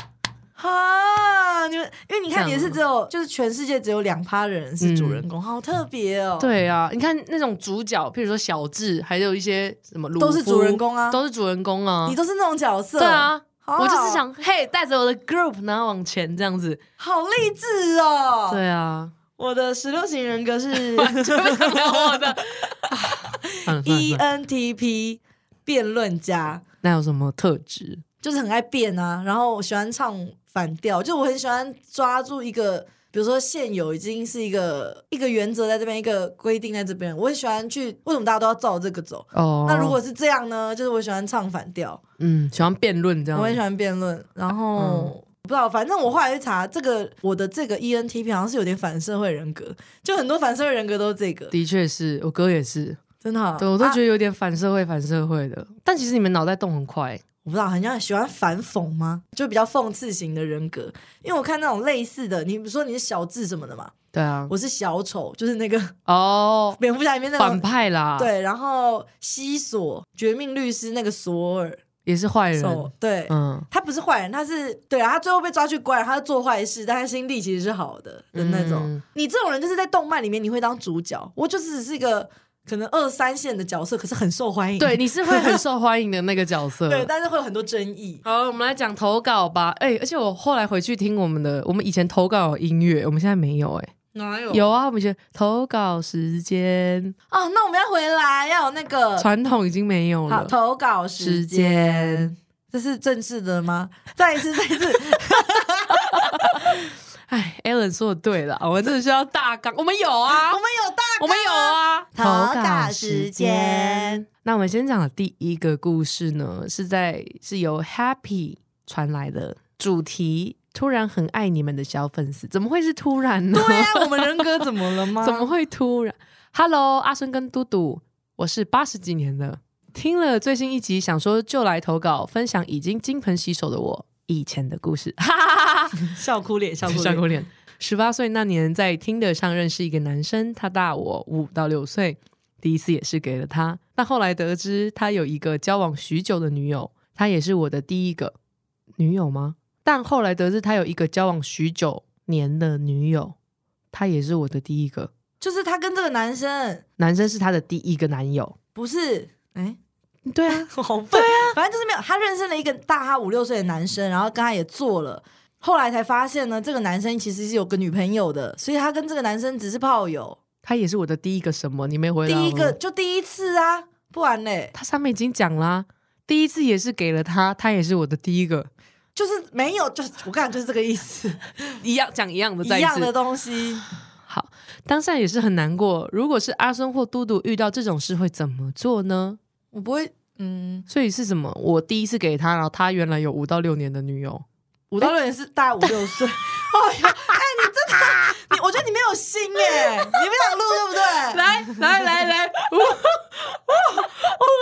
[SPEAKER 1] 哈，你们因为你看
[SPEAKER 2] 这样
[SPEAKER 1] 也是只有，就是全世界只有两趴的人是主人公，好特别哦。，
[SPEAKER 2] 嗯对啊，你看那种主角，譬如说小智，还有一些什么鲁
[SPEAKER 1] 都是
[SPEAKER 2] 夫
[SPEAKER 1] 主人公啊
[SPEAKER 2] 都是主人公啊
[SPEAKER 1] 你，都是哦那种角色。
[SPEAKER 2] 对，啊。
[SPEAKER 1] 好好
[SPEAKER 2] 我就是想，嘿，带着我的 group，然后往前这样子。
[SPEAKER 1] 好励志哦。
[SPEAKER 2] 对啊，
[SPEAKER 1] 我的十六型人格是
[SPEAKER 2] 我的
[SPEAKER 1] E ENTP 辩论家，
[SPEAKER 2] 那有什么特质？
[SPEAKER 1] 就是很爱辩啊，然后我喜欢唱反调，就我很喜欢抓住一个比如说现有已经是一个一个原则在这边，一个规定在这边，我很喜欢去为什么大家都要照这个走？
[SPEAKER 2] 哦，
[SPEAKER 1] 那如果是这样呢？就是我喜欢唱反调，
[SPEAKER 2] 嗯喜欢辩论这样，
[SPEAKER 1] 我很喜欢辩论，然后。
[SPEAKER 2] 嗯
[SPEAKER 1] 不知道，反正我后来去查，这个我的这个 E ENTP 好像是有点反社会人格，就很多反社会人格都是这个，
[SPEAKER 2] 的确是我哥也是，
[SPEAKER 1] 真的、啊。
[SPEAKER 2] 对我都
[SPEAKER 1] 啊
[SPEAKER 2] 觉得有点反社会反社会的，但其实你们脑袋动很快，
[SPEAKER 1] 我不知道，很像喜欢反讽吗？就比较讽刺型的人格，因为我看那种类似的，你比如说你是小智什么的嘛，
[SPEAKER 2] 对啊，
[SPEAKER 1] 我是小丑，就是那个
[SPEAKER 2] 哦，
[SPEAKER 1] 蝙蝠侠里面啊那
[SPEAKER 2] 反
[SPEAKER 1] 个
[SPEAKER 2] 派啦，，
[SPEAKER 1] 对，然后西索绝命律师那个索尔，
[SPEAKER 2] 也是坏
[SPEAKER 1] 索
[SPEAKER 2] 人，
[SPEAKER 1] 对。
[SPEAKER 2] 嗯，
[SPEAKER 1] 他不是坏人，他是对啊，他最后被抓去关，他是做坏事，但他心地其实是好的的那种。
[SPEAKER 2] 嗯
[SPEAKER 1] 你这种人就是在动漫里面你会当主角，我就只是一个可能二三线的角色，可是很受欢迎。
[SPEAKER 2] 对，你是会很受欢迎的那个角 色，
[SPEAKER 1] 对，但是会有很多争议。
[SPEAKER 2] 好，我们来讲投稿吧。哎、而且我后来回去听我们的，我们以前投稿有音乐，我们现在没有、
[SPEAKER 1] 哪
[SPEAKER 2] 哎，有啊，我们以前投稿时间，
[SPEAKER 1] 啊？那我们要回来，要有那个
[SPEAKER 2] 传统已经没有
[SPEAKER 1] 呃好
[SPEAKER 2] 了。
[SPEAKER 1] 投稿时
[SPEAKER 2] 时
[SPEAKER 1] 间
[SPEAKER 2] 间。
[SPEAKER 1] 这是正式的吗？再一次，再一次，
[SPEAKER 2] 哎，Alan 说的对了，我们真的需要大纲，我们有 啊
[SPEAKER 1] 我，们有大
[SPEAKER 2] 我们有啊。
[SPEAKER 1] 投稿时间，
[SPEAKER 2] 那我们先讲的第一个故事呢，是在是由 Happy 传来的，主题突然很爱你们的小粉丝，怎么会是突然 呢？
[SPEAKER 1] 对呀、我们人格怎么了吗？
[SPEAKER 2] 怎么会突然？Hello，阿生跟嘟嘟，我是八十几年的，听了最新一集，想说就来投稿，分享已经金盆洗手的我以前的故事， 哈哈哈哈，
[SPEAKER 1] 笑哭脸？笑哭
[SPEAKER 2] 笑
[SPEAKER 1] 脸
[SPEAKER 2] 狗脸。十八岁那年，在听的上认识一个男生，他大我五到六岁。第一次也是给了他，但后来得知他有一个交往许久的女友，她也是我的第一个女友吗？但后来得知他有一个交往许久年的女友，她也是我的第一个。
[SPEAKER 1] 就是他跟这个男生
[SPEAKER 2] 男生是她的第一个男友。
[SPEAKER 1] 不是，哎、
[SPEAKER 2] 对 啊，
[SPEAKER 1] 好笨啊！反正就是没有，他认识了一个大他五六岁的男生，然后跟他也做了。后来才发现呢，这个男生其实是有个女朋友的，所以他跟这个男生只是炮友。
[SPEAKER 2] 他也是我的第一个什么？你没回答啊我
[SPEAKER 1] 第一个，就第一次啊，不然嘞，
[SPEAKER 2] 他上面已经讲啦、第一次也是给了他，他也是我的第一个，
[SPEAKER 1] 就是没有，就是我看就是这个意 思，
[SPEAKER 2] 一样讲一样的
[SPEAKER 1] 一
[SPEAKER 2] 再一
[SPEAKER 1] 样的
[SPEAKER 2] 次。
[SPEAKER 1] 东西。
[SPEAKER 2] 好，当下也是很难过。如果是阿松或嘟嘟遇到这种事会怎么做呢？
[SPEAKER 1] 我不会，嗯，
[SPEAKER 2] 所以是什么？我第一次给他，然后他原来有五到六年的女友，
[SPEAKER 1] 五到六年是大概五六 岁。哎呀，哎，你真的，你我觉得你没有心哎，你不想录对不 对？
[SPEAKER 2] 来来来来， 五五五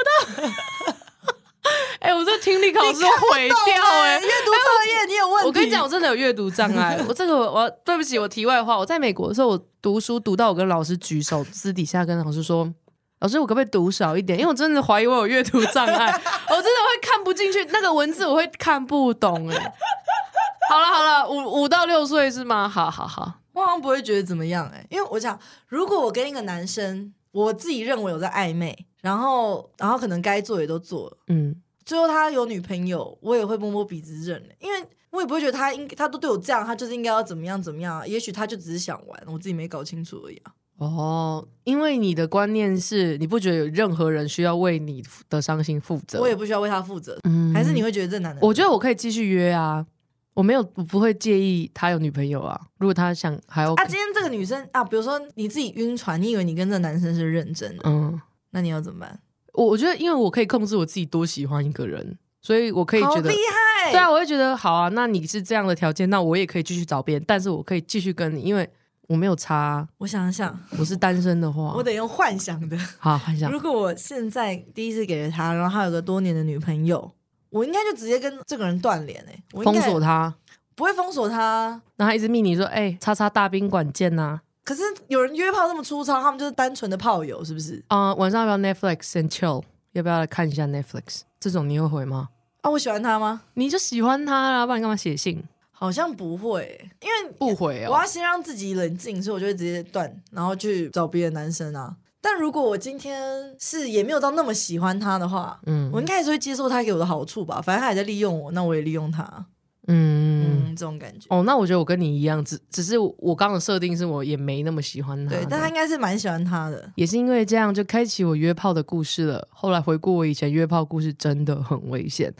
[SPEAKER 2] 到， 哎、我这听力考试毁掉哎、
[SPEAKER 1] 阅欸读作业你有问题。
[SPEAKER 2] 我跟你讲，我，真的有阅读障 碍。我这个我我对不起，我题外话，我在美国的时候，我读书读到我跟老师举手，私底下跟老师说。老师，我可不可以读少一点？因为我真的怀疑我有阅读障 碍，我真的会看不进去那个文字，我会看不懂哎、好了好了，五五到六岁是吗？好好好，
[SPEAKER 1] 我好像不会觉得怎么样哎、因为我讲，如果我跟一个男生，我自己认为有在暧昧，然后然后可能该做也都做了，
[SPEAKER 2] 嗯，
[SPEAKER 1] 最后他有女朋友，我也会摸摸鼻子认、欸，因为我也不会觉得他应他都对我这样，他就是应该要怎么样怎么样、啊，也许他就只是想玩，我自己没搞清楚而已啊。
[SPEAKER 2] 哦，因为你的观念是你不觉得有任何人需要为你的伤心负责，
[SPEAKER 1] 我也不需要为他负责，
[SPEAKER 2] 嗯
[SPEAKER 1] 还是你会觉得这男的，
[SPEAKER 2] 我觉得我可以继续约啊，我没有我不会介意他有女朋友啊。如果他想还 OK，、
[SPEAKER 1] 啊，今天这个女生啊，比如说你自己晕船，你以为你跟这男生是认真的，
[SPEAKER 2] 嗯，
[SPEAKER 1] 那你要怎么办？
[SPEAKER 2] 我我觉得因为我可以控制我自己多喜欢一个人，所以我可以
[SPEAKER 1] 好
[SPEAKER 2] 觉得
[SPEAKER 1] 厉害，
[SPEAKER 2] 对啊，我会觉得好啊。那你是这样的条件，那我也可以继续找别人，但是我可以继续跟你，因为我没有差啊、
[SPEAKER 1] 我想想，
[SPEAKER 2] 我是单身的话
[SPEAKER 1] 我，得用幻想的。
[SPEAKER 2] 好幻想
[SPEAKER 1] 如果我现在第一次给了他，然后他有个多年的女朋友，我应该就直接跟这个人断联哎、我应
[SPEAKER 2] 封
[SPEAKER 1] 该
[SPEAKER 2] 锁，他，
[SPEAKER 1] 不会封锁他。
[SPEAKER 2] 然后他一直密你说，哎、叉叉大宾馆见呐、
[SPEAKER 1] 可是有人约炮那么粗糙，他们就是单纯的炮友，是不是？
[SPEAKER 2] 啊，晚上要不要 Netflix and chill？要不要来看一下 Netflix？这种你会回吗？
[SPEAKER 1] 啊，我喜欢他吗？
[SPEAKER 2] 你就喜欢他啦，不然你干嘛写信？
[SPEAKER 1] 好像不会欸、因为
[SPEAKER 2] 不回哦
[SPEAKER 1] 我要先让自己冷静，所以我就会直接断，然后去找别的男生啊。但如果我今天是也没有到那么喜欢他的话，
[SPEAKER 2] 嗯
[SPEAKER 1] 我应该还是会接受他给我的好处吧。反正他也在利用我，那我也利用他，
[SPEAKER 2] 嗯，
[SPEAKER 1] 嗯，这种感觉。
[SPEAKER 2] 哦，那我觉得我跟你一样，只只是我刚刚的设定是我也没那么喜欢他的，
[SPEAKER 1] 对，但他应该是蛮喜欢他的。
[SPEAKER 2] 也是因为这样就开启我约炮的故事了。后来回顾我以前约炮故事，真的很危险。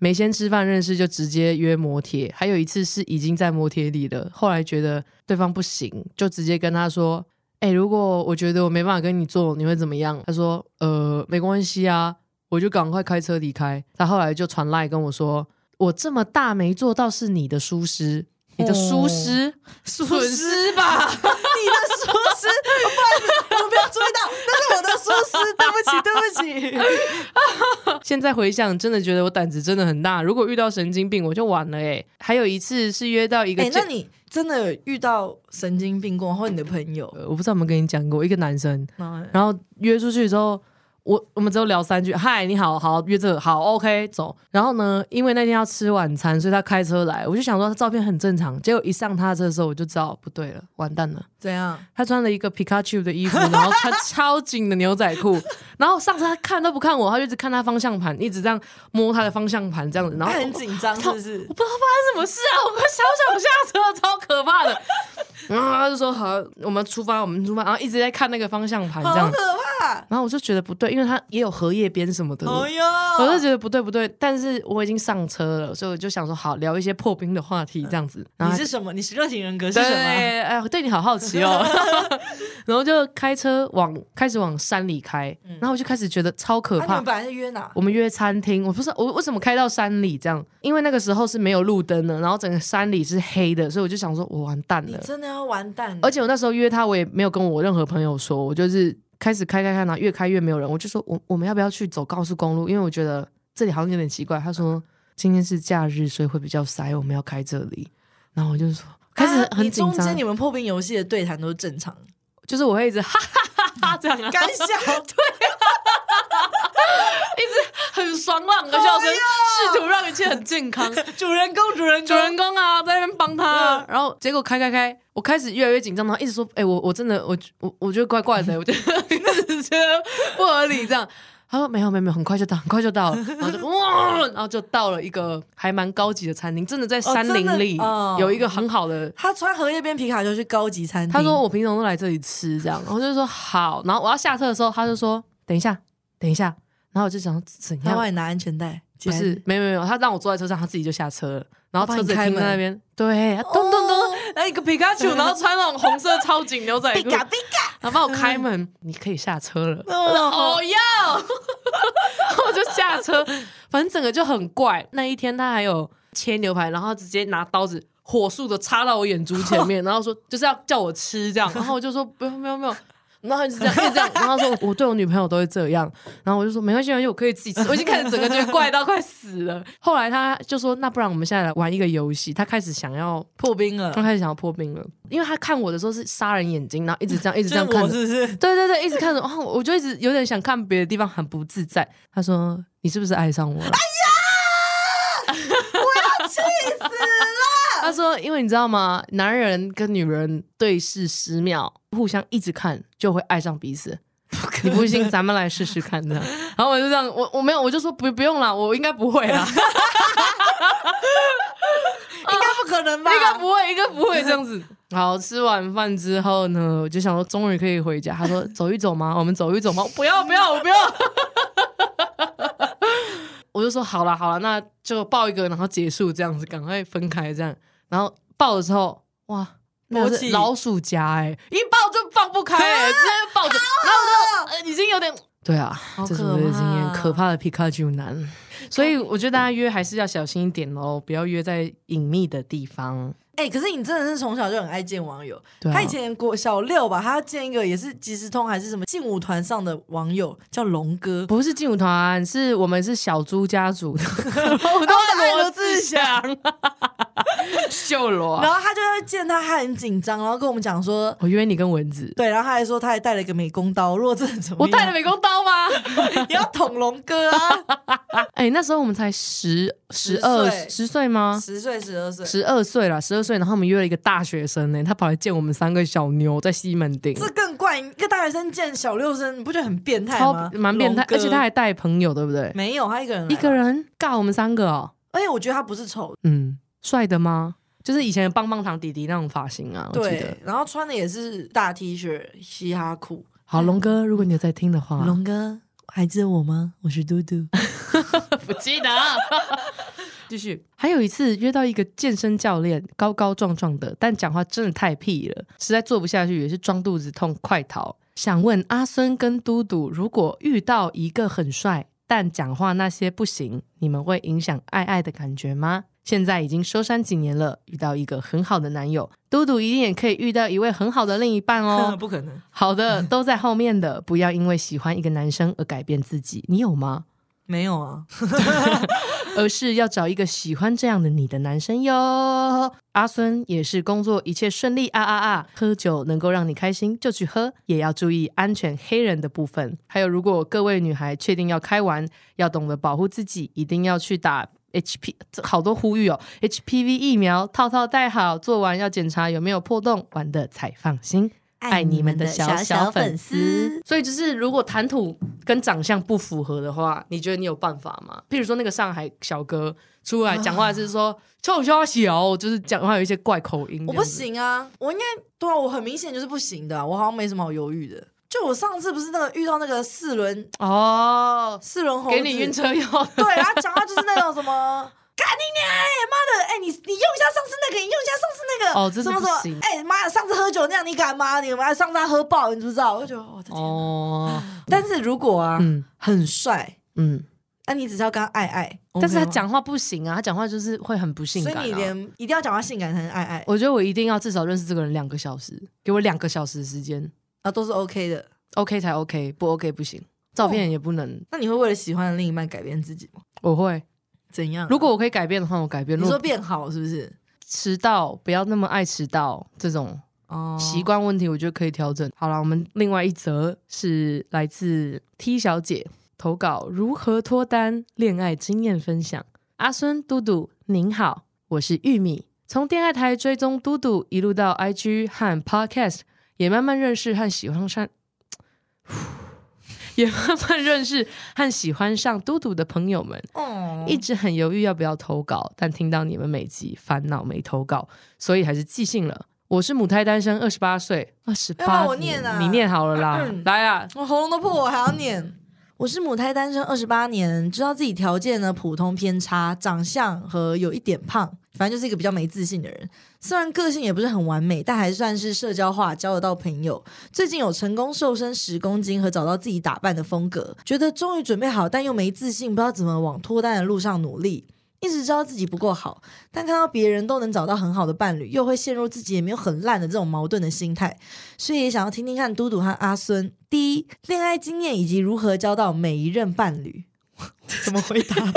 [SPEAKER 2] 没先吃饭认识就直接约摩铁，还有一次是已经在摩铁里了，后来觉得对方不行，就直接跟他说：“哎、如果我觉得我没办法跟你做，你会怎么样？”他说：“呃，没关系啊，我就赶快开车离开。”他后来就传赖跟我说：“我这么大没做到是你的疏失，你的疏失，损失 吧。”
[SPEAKER 1] 你的疏失，不然我没有注意到，那是我的疏失， 对不起，对不起。
[SPEAKER 2] 现在回想，真的觉得我胆子真的很大。如果遇到神经病，我就完了哎、还有一次是约到一个
[SPEAKER 1] 哎、
[SPEAKER 2] 健，
[SPEAKER 1] 那你真的有遇到神经病过，或你的朋友？
[SPEAKER 2] 呃我不知道有没有跟你讲过，一个男生，
[SPEAKER 1] 那
[SPEAKER 2] 然后约出去之后，我我们只有聊三句，嗨，你好好约这个好，OK，走。然后呢，因为那天要吃晚餐，所以他开车来，我就想说他照片很正常。结果一上他的车的时候，我就知道不对了，完蛋了。
[SPEAKER 1] 怎样？
[SPEAKER 2] 他穿了一个皮卡丘的衣 服，然后穿超紧的牛仔裤，然后上次他看都不看我，他就一直看他方向盘，一直这样摸他的方向盘这样子，然
[SPEAKER 1] 他
[SPEAKER 2] 后
[SPEAKER 1] 很紧张是不是
[SPEAKER 2] 我？不知道发生什么事啊！我快想想下车了，超可怕的。 然后他就说：“好，我们出发，我们出发。”然后一直在看那个方向盘这
[SPEAKER 1] 好
[SPEAKER 2] 样。
[SPEAKER 1] 可怕！嗯
[SPEAKER 2] 然后我就觉得不对，因为他也有荷叶边什么的，
[SPEAKER 1] 哎
[SPEAKER 2] 我
[SPEAKER 1] 呦，
[SPEAKER 2] 就觉得不对不对。但是我已经上车了，所以我就想说，好聊一些破冰的话题这样子。然后
[SPEAKER 1] 你
[SPEAKER 2] 他
[SPEAKER 1] 是什么？你是热情人格是
[SPEAKER 2] 对，
[SPEAKER 1] 什么？啊
[SPEAKER 2] 哎呀，对你好好奇哦。 然后就开车往开始往山里开，然后我就开始觉得超可
[SPEAKER 1] 啊，你
[SPEAKER 2] 怕
[SPEAKER 1] 们。本来是约哪？
[SPEAKER 2] 我们约餐厅，我不是我为什么开到山里这样？因为那个时候是没有路灯的，然后整个山里是黑的，所以我就想说，我完蛋
[SPEAKER 1] 你
[SPEAKER 2] 了。
[SPEAKER 1] 真的要完蛋！啊
[SPEAKER 2] 而且我那时候约他，我也没有跟我任何朋友说，我就是开始开开开，然后越开越没有人，我就说我我们要不要去走高速公路？因为我觉得这里好像有点奇怪。他说今天是假日，所以会比较塞，我们要开这里。然后我就说开始
[SPEAKER 1] 啊
[SPEAKER 2] 很
[SPEAKER 1] 你
[SPEAKER 2] 紧
[SPEAKER 1] 中
[SPEAKER 2] 张，
[SPEAKER 1] 间你们破冰游戏的对谈都是正常，
[SPEAKER 2] 就是我会一直哈哈哈哈这样、啊，
[SPEAKER 1] 干笑。
[SPEAKER 2] 很爽朗的笑声，试图让一切很健康。
[SPEAKER 1] 主人公，主人
[SPEAKER 2] 主人公啊，在那边帮他啊、然后结果开开开，我开始越来越紧张，然后一直说，哎、我我真的我我我觉得怪怪的，我觉得一直觉得不合理这样。他说没有没有没有，很快就到，很快就到了，然后就哇，然后就到了一个还蛮高级的餐厅，真的在山
[SPEAKER 1] 真的
[SPEAKER 2] 林里、
[SPEAKER 1] 哦
[SPEAKER 2] 有一个很好的
[SPEAKER 1] 他穿荷叶边皮卡丘去高级餐厅。
[SPEAKER 2] 他说我平常都来这里吃这样，然后就说好，然后我要下车的时候，他就说等一下，等一下，然后我就想怎
[SPEAKER 1] 他
[SPEAKER 2] 样
[SPEAKER 1] 帮？你拿安全带，
[SPEAKER 2] 不是，没有没有没有，他让我坐在车上，他自己就下车了，然
[SPEAKER 1] 他
[SPEAKER 2] 后
[SPEAKER 1] 帮
[SPEAKER 2] 车
[SPEAKER 1] 你
[SPEAKER 2] 子也
[SPEAKER 1] 开
[SPEAKER 2] 停在
[SPEAKER 1] 门哦
[SPEAKER 2] 那边，对，他咚咚咚，来一个皮 卡丘，然后穿那种红色超紧牛仔
[SPEAKER 1] 比
[SPEAKER 2] 裤，
[SPEAKER 1] 嘎
[SPEAKER 2] 然
[SPEAKER 1] 比嘎。
[SPEAKER 2] 后帮我开门，你可以下车了。
[SPEAKER 1] 嗯哦
[SPEAKER 2] 哦要， 我就下车，反正整个就很怪。那一天他还有切牛排，然后直接拿刀子火速的插到我眼珠前 面，然后说就是要叫我吃这样，然后我就说不用不用不用。然后他就这样，一直这样。然后他说我对我女朋友都会这样。然后我就说没关系，没关系，我可以自己吃。我已经开始整个觉得怪到快死了。后来他就说，那不然我们现在来玩一个游戏。他开始想要，
[SPEAKER 1] 破冰了
[SPEAKER 2] 刚，开始想要破冰了，因为他看我的时候是杀人眼睛，然后一直这样，一直
[SPEAKER 1] 就是
[SPEAKER 2] 这样看
[SPEAKER 1] 我
[SPEAKER 2] 着。
[SPEAKER 1] 是不是？
[SPEAKER 2] 对对对，一直看着，哦，我就一直有点想看别的地方，很不自在。他说：“你是不是爱上我了？”啊 哎呀，我要气死了！他说：“因为你知道吗，男人跟女人对视十秒，互相一直看，就会爱上彼此。”你不信，咱们来试试看这样。然后我就这样，我我没有，我就说不不用啦，我应该不会啦，
[SPEAKER 1] 应该不可能 吧？
[SPEAKER 2] 应该不会，应该不会这样子。好，吃完饭之后呢，我就想说终于可以回家。他说走一走吗？我们走一走吗？不要不要，我不要。 我就说好了好了，那就抱一个，然后结束这样子，赶快分开这样。然后抱的时候，哇，那
[SPEAKER 1] 勃
[SPEAKER 2] 个是
[SPEAKER 1] 起
[SPEAKER 2] 老鼠夹哎、一抱就放不开
[SPEAKER 1] 啊
[SPEAKER 2] 哎、直接抱着，然后我就、呃、已经有点。对啊，这是我的
[SPEAKER 1] 可
[SPEAKER 2] 经验，
[SPEAKER 1] 怕
[SPEAKER 2] 可怕的皮卡丘男。所以我觉得大家约还是要小心一点哦，不要约在隐秘的地方。
[SPEAKER 1] 哎、可是你真的是从小就很爱见网友。
[SPEAKER 2] 对啊
[SPEAKER 1] 他以前国小六吧，他要见一个也是即时通还是什么劲舞团上的网友，叫龙哥。
[SPEAKER 2] 不是劲舞团，是我们是小猪家族， 我都
[SPEAKER 1] 爱罗
[SPEAKER 2] 志祥，秀罗啊
[SPEAKER 1] 然。后他就要见他，他很紧张，然后跟我们讲说，
[SPEAKER 2] 我约你跟蚊子，
[SPEAKER 1] 对，然后他还说他还带了一个美工刀，如果真的怎么
[SPEAKER 2] 我
[SPEAKER 1] 样
[SPEAKER 2] 带了美工刀吗？
[SPEAKER 1] 也要捅龙哥啊，
[SPEAKER 2] 哎、那时候我们才十十
[SPEAKER 1] 十
[SPEAKER 2] 二
[SPEAKER 1] 岁
[SPEAKER 2] 十岁吗？
[SPEAKER 1] 十岁十二岁，
[SPEAKER 2] 十二岁啦，十二岁，然后我们约了一个大学生呢、他跑来见我们三个小妞在西门町，
[SPEAKER 1] 这更怪，一个大学生见小六生，你不觉得很变态
[SPEAKER 2] 超
[SPEAKER 1] 吗？
[SPEAKER 2] 蛮变态
[SPEAKER 1] 龙，哥
[SPEAKER 2] 而且他还带朋友，对不对？
[SPEAKER 1] 没有他一个人来
[SPEAKER 2] 一
[SPEAKER 1] 吧
[SPEAKER 2] 个，人尬我们三个哦，
[SPEAKER 1] 而且我觉得他不是丑，
[SPEAKER 2] 嗯，帅的吗？就是以前的棒棒糖弟弟那种发型啊，我记得
[SPEAKER 1] 对。，然后穿的也是大 T 恤、嘻哈裤。
[SPEAKER 2] 好，龙哥，如果你有在听的话，
[SPEAKER 1] 龙哥还记得我吗？我是嘟嘟，
[SPEAKER 2] 不记得。 继续，还有一次约到一个健身教练，高高壮壮的，但讲话真的太屁了，实在做不下去，也是装肚子痛，快逃。想问阿孙跟嘟嘟，如果遇到一个很帅但讲话那些不行，你们会影响爱爱的感觉吗？现在已经收山几年了，遇到一个很好的男友，嘟嘟一定也可以遇到一位很好的另一半
[SPEAKER 1] 。
[SPEAKER 2] 哦
[SPEAKER 1] 不可能，
[SPEAKER 2] 好的，都在后面的，不要因为喜欢一个男生而改变自己，你有吗？
[SPEAKER 1] 没有啊，
[SPEAKER 2] 而是要找一个喜欢这样的你的男生哟。阿孙也是工作一切顺利啊啊啊！喝酒能够让你开心就去喝，也要注意安全黑人的部分。还有，如果各位女孩确定要开玩，要懂得保护自己，一定要去打。HP 这好多呼吁哦，HPV 疫苗套套戴好，做完要检查有没有破洞，玩的才放心。爱你们的小小粉丝。。所以就是，如果谈吐跟长相不符合的话，你觉得你有办法吗？譬如说那个上海小哥出来讲话是说“臭小小”，就是讲话有一些怪口音。
[SPEAKER 1] 我不，行啊，我应该对啊，我很明显就是不行的啊、我好像没什么好犹豫的。就我上次不是那个遇到那个四轮
[SPEAKER 2] 哦，
[SPEAKER 1] 四轮猴子，
[SPEAKER 2] 给你晕车药的。
[SPEAKER 1] 对，他讲话就是那种什么。 干你娘！哎妈的！哎，你你用一下上次那个，你用一下上次那个，
[SPEAKER 2] 哦这是
[SPEAKER 1] 什么
[SPEAKER 2] 不
[SPEAKER 1] 什么
[SPEAKER 2] 行？
[SPEAKER 1] 哎妈的，上次喝酒那样你敢吗？你妈上次他喝爆，你知不知道？我就觉得我的天。
[SPEAKER 2] 哦，
[SPEAKER 1] 但是如果啊，
[SPEAKER 2] 嗯
[SPEAKER 1] 很帅，
[SPEAKER 2] 嗯，
[SPEAKER 1] 那你只是要跟他爱爱，
[SPEAKER 2] 但是他
[SPEAKER 1] OK 吗，
[SPEAKER 2] 讲话不哦行啊，他讲话就是会很不性
[SPEAKER 1] 所
[SPEAKER 2] 感、
[SPEAKER 1] 以
[SPEAKER 2] 啊。
[SPEAKER 1] 你连一定要讲话性感才能爱爱
[SPEAKER 2] 我觉得我一定要至少认识这个人两个小时，给我两个小时时间
[SPEAKER 1] 啊，都是 OK 的。
[SPEAKER 2] ，OK 才 OK，不 OK 不行。照片也不能，
[SPEAKER 1] 那你会为了喜欢的另一半改变自己吗？
[SPEAKER 2] 我会。
[SPEAKER 1] 怎样啊？
[SPEAKER 2] 如果我可以改变的话，我改变。
[SPEAKER 1] 你
[SPEAKER 2] 如果
[SPEAKER 1] 说变好是不是？
[SPEAKER 2] 迟到不要那么爱迟到这种
[SPEAKER 1] 哦，
[SPEAKER 2] 习惯问题，我觉得可以调整。好了，我们另外一则是来自 T 小姐投稿如何脱单恋爱经验分享。阿孙嘟嘟您好，我是玉米，从电爱台追踪嘟嘟一路到 IG 和 Podcast，也慢慢认识和喜欢上。 也慢慢认识和喜欢上嘟嘟的朋友们，
[SPEAKER 1] 哦
[SPEAKER 2] 一直很犹豫要不要投稿，但听到你们每集烦恼没投稿，所以还是寄信了。我是母胎单身，二十八岁，二十
[SPEAKER 1] 要不
[SPEAKER 2] 八，
[SPEAKER 1] 然我念啊
[SPEAKER 2] 你念好了啦，
[SPEAKER 1] 嗯
[SPEAKER 2] 来啊啦，
[SPEAKER 1] 我喉咙都破，我还要念。我是母胎单身二十八年，知道自己条件呢普通偏差，长相和有一点胖，反正就是一个比较没自信的人。虽然个性也不是很完美，但还算是社交化，交得到朋友。最近有成功瘦身十公斤和找到自己打扮的风格，觉得终于准备好，但又没自信，不知道怎么往脱单的路上努力。一直知道自己不够好，但看到别人都能找到很好的伴侣，又会陷入自己也没有很烂的这种矛盾的心态。所以也想要听听看嘟嘟和阿孙第一恋爱经验以及如何交到每一任伴 侣。怎么回答？怎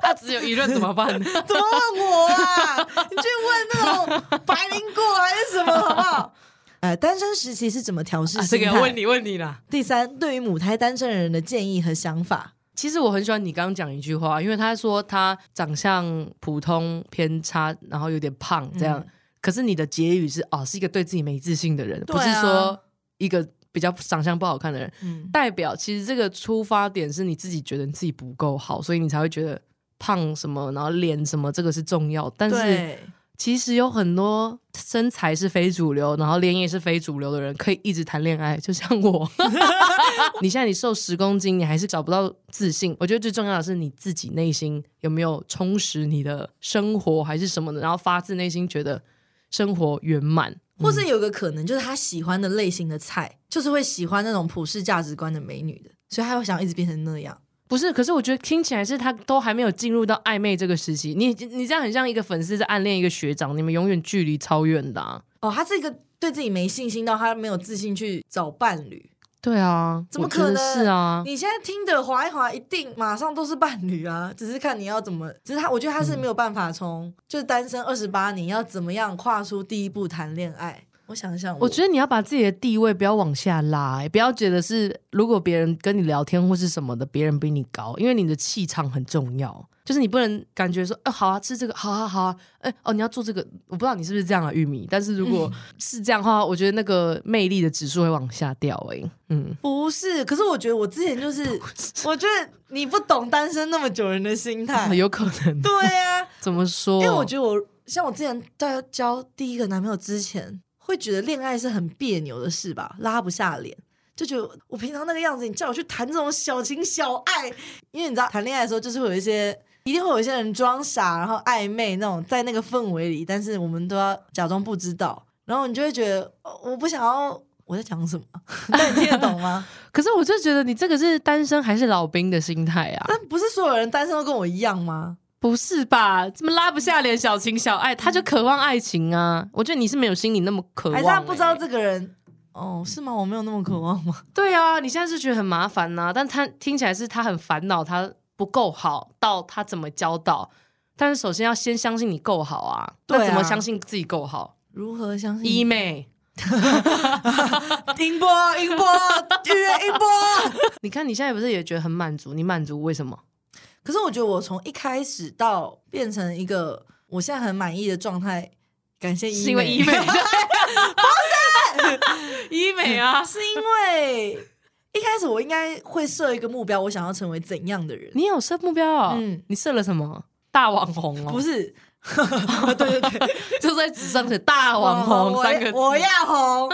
[SPEAKER 2] 他只有一任怎么办？
[SPEAKER 1] 么问我啊？你去问那种白灵果还是什么好不 好？呃，单身时 期是嗯怎么调试
[SPEAKER 2] 啊、这
[SPEAKER 1] 心
[SPEAKER 2] 个
[SPEAKER 1] 态？
[SPEAKER 2] 要问你问你啦。
[SPEAKER 1] 第三，对于母胎单身的人的建议和想法。
[SPEAKER 2] 其实我很喜欢你刚刚讲一句话，因为他说他长相普通偏差，然后有点胖
[SPEAKER 1] 嗯
[SPEAKER 2] 这样，可是你的结语是哦，是一个对自己没自信的人，
[SPEAKER 1] 对
[SPEAKER 2] 不
[SPEAKER 1] 啊
[SPEAKER 2] 是说一个比较长相不好看的人。
[SPEAKER 1] 嗯，
[SPEAKER 2] 代表其实这个出发点是你自己觉得你自己不够好，所以你才会觉得胖什么，然后脸什么，这个是重要。但是
[SPEAKER 1] 对，
[SPEAKER 2] 其实有很多身材是非主流，然后脸也是非主流的人，可以一直谈恋爱，就像我。你现在你瘦十公斤，你还是找不到自信。我觉得最重要的是你自己内心有没有充实你的生活还是什么的，然后发自内心觉得生活圆满。
[SPEAKER 1] 或是有个可能就是他喜欢的类型的菜，就是会喜欢那种普世价值观的美女的，所以他会想要一直变成那样。
[SPEAKER 2] 不是，可是我觉得听起来是他都还没有进入到暧昧这个时期。你你这样很像一个粉丝在暗恋一个学长，你们永远距离超远的、啊。
[SPEAKER 1] 哦，他是一个对自己没信心到他没有自信去找伴侣。
[SPEAKER 2] 对啊，
[SPEAKER 1] 怎么
[SPEAKER 2] 我觉得
[SPEAKER 1] 可能
[SPEAKER 2] 是啊？
[SPEAKER 1] 你现在听的滑一滑，一定马上都是伴侣啊，只是看你要怎么。只是他，我觉得他是没有办法从、就是单身二十八年，要怎么样跨出第一步谈恋爱。我想想
[SPEAKER 2] 我觉得你要把自己的地位不要往下拉、欸不要觉得是如果别人跟你聊天或是什么的，别人比你高，因为你的气场很重要。就是你不能感觉说，哦，好啊，吃这个，好啊，好啊，哎、哦，你要做这个，我不知道你是不是这样啊，玉米。但是如果是这样的话，我觉得那个魅力的指数会往下掉、欸，哎，嗯，
[SPEAKER 1] 不是，可是我觉得我之前就是，我觉得你不懂单身那么久人的心态。
[SPEAKER 2] 有可能。
[SPEAKER 1] 对啊，
[SPEAKER 2] 怎么
[SPEAKER 1] 因
[SPEAKER 2] 说？
[SPEAKER 1] 为我觉得我像我之前在交第一个男朋友之前，会觉得恋爱是很别扭的事吧，拉不下脸。就觉得我平常那个样子，你叫我去谈这种小情小爱，因为你知道谈恋爱的时候就是会有一些。一定会有一些人装傻，然后暧昧那种，在那个氛围里，但是我们都要假装不知道，然后你就会觉得哦我不想要我在讲什么， 但你听得懂吗？
[SPEAKER 2] 可是我就觉得你这个是单身还是老兵的心态啊？
[SPEAKER 1] 但不是所有人单身都跟我一样吗？
[SPEAKER 2] 不是吧？怎么拉不下脸，小情小爱，他就渴望爱情啊？我觉得你是没有心里那么渴望、
[SPEAKER 1] 还是他不知道
[SPEAKER 2] 欸
[SPEAKER 1] 这个人？哦，是吗？我没有那么渴望吗？
[SPEAKER 2] 对啊，你现在是觉得很麻烦呐、但他听起来是他很烦恼，他不够好，到他怎么教导？但是首先要先相信你够好啊，
[SPEAKER 1] 对啊嗯
[SPEAKER 2] 那怎么相信自己够好？
[SPEAKER 1] 如何相信？
[SPEAKER 2] 医妹，
[SPEAKER 1] 音波，音波，预约音波。
[SPEAKER 2] 你看你现在不是也觉得很满足？你满足为什么？
[SPEAKER 1] 可是我觉得我从一开始到变成一个我现在很满意的状态，感谢医
[SPEAKER 2] 是因 为医美， 不是医美 啊？
[SPEAKER 1] 是因为一开始我应该会设一个目标，我想要成为怎样的人？
[SPEAKER 2] 你有设目标啊、
[SPEAKER 1] 嗯
[SPEAKER 2] 你设了什么？大网红哦，
[SPEAKER 1] 不是， 对对对，
[SPEAKER 2] 就在纸上写大 网红
[SPEAKER 1] 我
[SPEAKER 2] 三个字。
[SPEAKER 1] 我要红，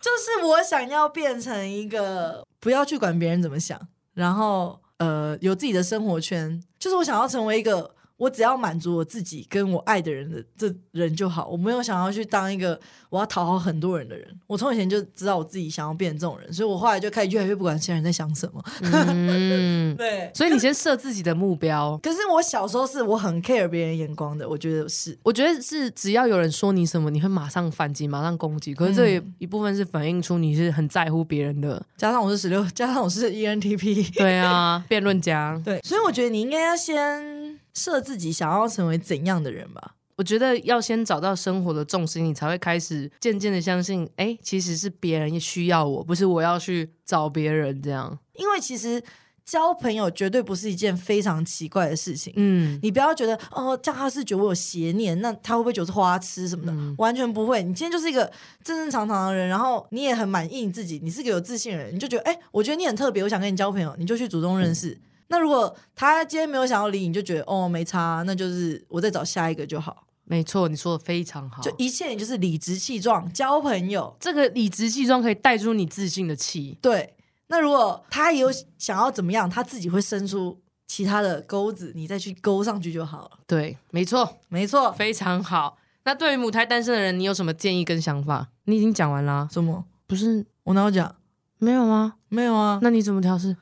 [SPEAKER 1] 就是我想要变成一个不要去管别人怎么想，然后呃有自己的生活圈，就是我想要成为一个。我只要满足我自己跟我爱的人的这人就好，我没有想要去当一个我要讨好很多人的人。我从以前就知道我自己想要变成这种人，所以我后来就开始越来越不管其他人在想什么。
[SPEAKER 2] 嗯，
[SPEAKER 1] 对，
[SPEAKER 2] 所以你先设自己的目标。
[SPEAKER 1] 可是我小时候是我很 care 别人眼光的，我觉得是。
[SPEAKER 2] 我觉得是只要有人说你什么，你会马上反击，马上攻击。可是这也一部分是反映出你是很在乎别 人的，
[SPEAKER 1] 加上我是十六，加上我是 E ENTP，
[SPEAKER 2] 对啊，辩论家。
[SPEAKER 1] 对，所以我觉得你应该要先设自己想要成为怎样的人吧。
[SPEAKER 2] 我觉得要先找到生活的重心，你才会开始渐渐的相信，哎，其实是别人也需要我，不是我要去找别人这样。
[SPEAKER 1] 因为其实交朋友绝对不是一件非常奇怪的事情。
[SPEAKER 2] 嗯，
[SPEAKER 1] 你不要觉得哦，这样他是觉得我有邪念，那他会不会觉得是花痴什么的？完全不会。你今天就是一个正正常常的人，然后你也很满意你自己，你是个有自信的人，你就觉得哎、我觉得你很特别，我想跟你交朋友，你就去主动认识。那如果他今天没有想要理你，你就觉得哦没差，那就是我再找下一个就好。
[SPEAKER 2] 没错，你说的非常好。
[SPEAKER 1] 就一切你就是理直气壮交朋友。
[SPEAKER 2] 这个理直气壮可以带出你自信的气。
[SPEAKER 1] 对，那如果他也有想要怎么样，他自己会伸出其他的钩子，你再去勾上去就好了。
[SPEAKER 2] 对，没错，
[SPEAKER 1] 没错，
[SPEAKER 2] 非常好。那对于母胎单身的人，你有什么建议跟想法？你已经讲完啦、
[SPEAKER 1] 什么？
[SPEAKER 2] 不是
[SPEAKER 1] 我哪有讲？
[SPEAKER 2] 没有吗？
[SPEAKER 1] 没有啊。
[SPEAKER 2] 那你怎么调试？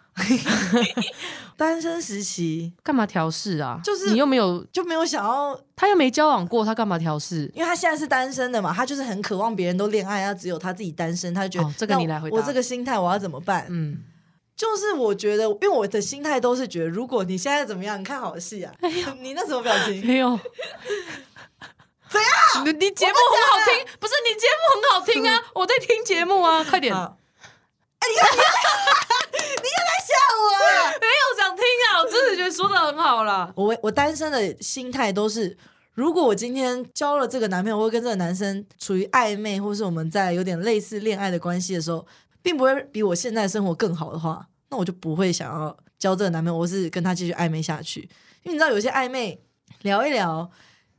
[SPEAKER 1] 单身时期
[SPEAKER 2] 干嘛调试啊？
[SPEAKER 1] 就是
[SPEAKER 2] 你又没有，
[SPEAKER 1] 就没有想要，
[SPEAKER 2] 他又没交往过，他干嘛调试？
[SPEAKER 1] 因为他现在是单身的嘛，他就是很渴望别人都恋爱，他只有他自己单身，他就觉得、
[SPEAKER 2] 哦这个你
[SPEAKER 1] 那
[SPEAKER 2] 来回答
[SPEAKER 1] 我这个心态我要怎么办？
[SPEAKER 2] 嗯，
[SPEAKER 1] 就是我觉得，因为我的心态都是觉得，如果你现在怎么样，你看好戏啊，你那什么表情？
[SPEAKER 2] 没哎 有。怎样？你你节目很好听，不是你节目很好听啊！我在听节目啊，快点！没
[SPEAKER 1] 好哎、你看，你看你又在吓我啊！
[SPEAKER 2] 有想听啊，我真的觉得说的很好啦。
[SPEAKER 1] 我我单身的心态都是，如果我今天交了这个男朋友，或跟这个男生处于暧昧，或是我们在有点类似恋爱的关系的时候，并不会比我现在生活更好的话，那我就不会想要交这个男朋友，或是跟他继续暧昧下去。因为你知道，有些暧昧聊一聊，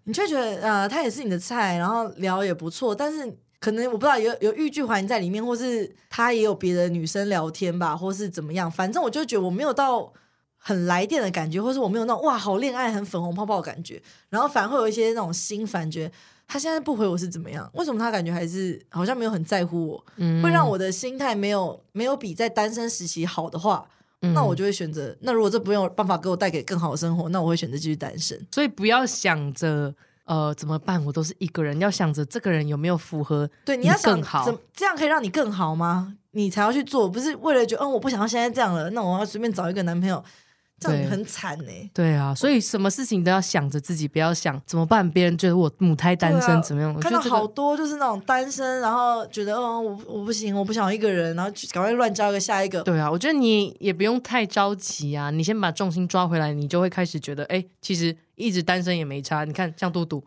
[SPEAKER 1] 你就会觉得呃，他也是你的菜，然后聊也不错，但是。可能我不知道有有欲拒还迎在里面，或是他也有别的女生聊天吧，或是怎么样。反正我就觉得我没有到很来电的感觉，或是我没有那种哇好恋爱很粉红泡泡的感觉，然后反而会有一些那种心烦，觉得他现在不回我是怎么样？为什么他感觉还是好像没有很在乎我？
[SPEAKER 2] 嗯
[SPEAKER 1] 会让我的心态没有没有比在单身时期好的话，
[SPEAKER 2] 嗯
[SPEAKER 1] 那我就会选择。那如果这没有办法给我带给更好的生活，那我会选择继续单身。
[SPEAKER 2] 所以不要想着呃怎么办，我都是一个人，要想着这个人有没有符合
[SPEAKER 1] 对，你要想
[SPEAKER 2] 更好
[SPEAKER 1] 怎么这样可以让你更好吗？你才要去做，不是为了觉得嗯我不想要现在这样了，那我要随便找一个男朋友，这样
[SPEAKER 2] 对
[SPEAKER 1] 你很惨欸呢、
[SPEAKER 2] 对啊，所以什么事情都要想着自己，不要想怎么办，别人觉得我母胎单
[SPEAKER 1] 对啊
[SPEAKER 2] 身怎么样？我觉
[SPEAKER 1] 看
[SPEAKER 2] 得
[SPEAKER 1] 到
[SPEAKER 2] 这
[SPEAKER 1] 好
[SPEAKER 2] 个
[SPEAKER 1] 多就是那种单身，然后觉得嗯，我我不行，我不想一个人，然后去赶快乱交一个下一个。
[SPEAKER 2] 对啊，我觉得你也不用太着急啊，你先把重心抓回来，你就会开始觉得，哎，其实一直单身也没差。你看，像 嘟嘟，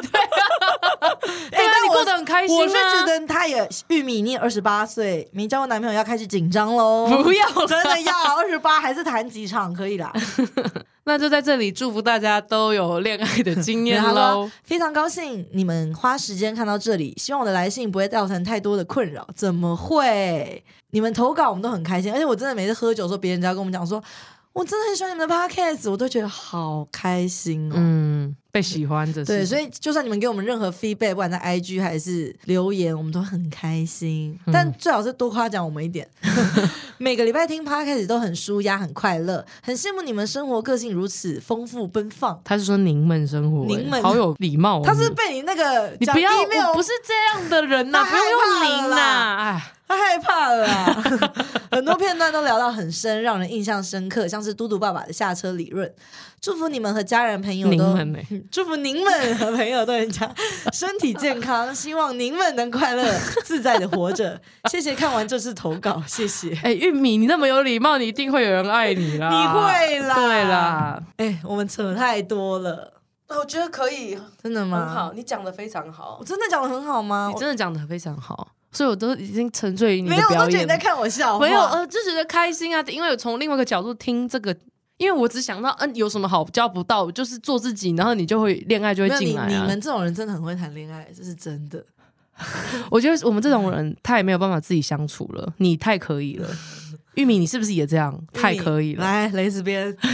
[SPEAKER 1] 哎，
[SPEAKER 2] 对啊，你
[SPEAKER 1] 但
[SPEAKER 2] 过
[SPEAKER 1] 我
[SPEAKER 2] 得很开心啊。
[SPEAKER 1] 我是觉得他也玉米，你二十八岁，没交过男朋友要开始紧张喽。
[SPEAKER 2] 不要
[SPEAKER 1] 真的要二十八还是谈几场可以啦？
[SPEAKER 2] 那就在这里祝福大家都有恋爱的 经验
[SPEAKER 1] 然后他
[SPEAKER 2] 喽
[SPEAKER 1] 说。非常高兴你们花时间看到这里，希望我的来信不会造成太多的困扰。怎么会？你们投稿我们都很开心，而且我真的每次喝酒的时候，别人家跟我们讲说，我真的很喜欢你们的 podcast，我都觉得好开心哦。
[SPEAKER 2] 嗯，被喜欢这是
[SPEAKER 1] 对，所以就算你们给我们任何 feedback，不管在 IG 还是留言，我们都很开心。
[SPEAKER 2] 嗯
[SPEAKER 1] 但最好是多夸奖我们一点。 每个礼拜听 podcast 都很舒压，很快乐，很羡慕你们生活个性如此丰富奔放。
[SPEAKER 2] 他是说您们生活、
[SPEAKER 1] 您们
[SPEAKER 2] 好有礼貌哦、
[SPEAKER 1] 他是
[SPEAKER 2] 你
[SPEAKER 1] 被你那个
[SPEAKER 2] 你
[SPEAKER 1] 讲
[SPEAKER 2] 不要，
[SPEAKER 1] email
[SPEAKER 2] 我不是这样的人呐、
[SPEAKER 1] 他
[SPEAKER 2] 不要
[SPEAKER 1] 害怕
[SPEAKER 2] 用
[SPEAKER 1] 了
[SPEAKER 2] 您呐、哎，
[SPEAKER 1] 他害怕了 啦，很多片段都聊到很深，让人印象深刻，像是嘟嘟爸爸的下车理论。祝福你们和家人朋友
[SPEAKER 2] 您
[SPEAKER 1] 都，
[SPEAKER 2] 们呢、
[SPEAKER 1] 祝福您们和朋友都人家身体健康，希望您们能快乐自在的活 着。谢谢看完这次投稿，谢谢。
[SPEAKER 2] 哎、玉米，你那么有礼貌，你一定会有人爱你啦。
[SPEAKER 1] 你会啦
[SPEAKER 2] 对啦，
[SPEAKER 1] 哎、我们扯太多了，
[SPEAKER 2] 我觉得可以，
[SPEAKER 1] 真的吗？，
[SPEAKER 2] 你讲的非常好
[SPEAKER 1] 我，真的讲的很好吗？
[SPEAKER 2] 嗯你真的讲的非常好，所以我都已经沉醉于
[SPEAKER 1] 我
[SPEAKER 2] 你
[SPEAKER 1] 没
[SPEAKER 2] 的
[SPEAKER 1] 有，我
[SPEAKER 2] 表
[SPEAKER 1] 都觉得
[SPEAKER 2] 演
[SPEAKER 1] 你在。看我笑话。
[SPEAKER 2] 没有，呃，就觉得开心啊，因为有从另外一个角度听这个，因为我只想到，嗯、有什么好交不到，就是做自己，然后你就会恋爱就
[SPEAKER 1] 没
[SPEAKER 2] 会
[SPEAKER 1] 有
[SPEAKER 2] 进
[SPEAKER 1] 你
[SPEAKER 2] 来、啊
[SPEAKER 1] 你们这种人真的很会谈恋爱，这是真的。
[SPEAKER 2] 我觉得我们这种人太没有办法自己相处了，你太可以了。玉米，你是不是也这样？太可以了！
[SPEAKER 1] 来，雷子边。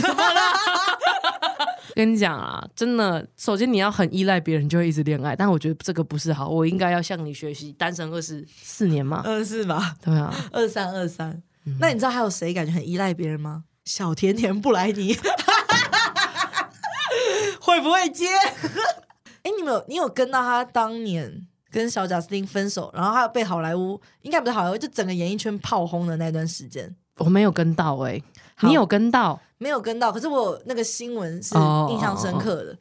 [SPEAKER 2] 跟你讲啊，真的，首先你要很依赖别人，就会一直恋爱。但我觉得这个不是好，我应该要向你学习。单身二十四年嘛，
[SPEAKER 1] 嗯，是吧？
[SPEAKER 2] 对啊，
[SPEAKER 1] 二三二三。
[SPEAKER 2] 嗯
[SPEAKER 1] 那你知道还有谁感觉很依赖别人吗？小甜甜布莱尼， 会不会接？哎、你们有你有跟到他当年跟小贾斯汀分手，然后他被好莱坞应该不是好莱坞，就整个演艺圈炮轰的那段时间，
[SPEAKER 2] 我没有跟到哎、
[SPEAKER 1] 好
[SPEAKER 2] 你有跟到？
[SPEAKER 1] 没有跟到。可是我有那个新闻是
[SPEAKER 2] 哦
[SPEAKER 1] 印象深刻的，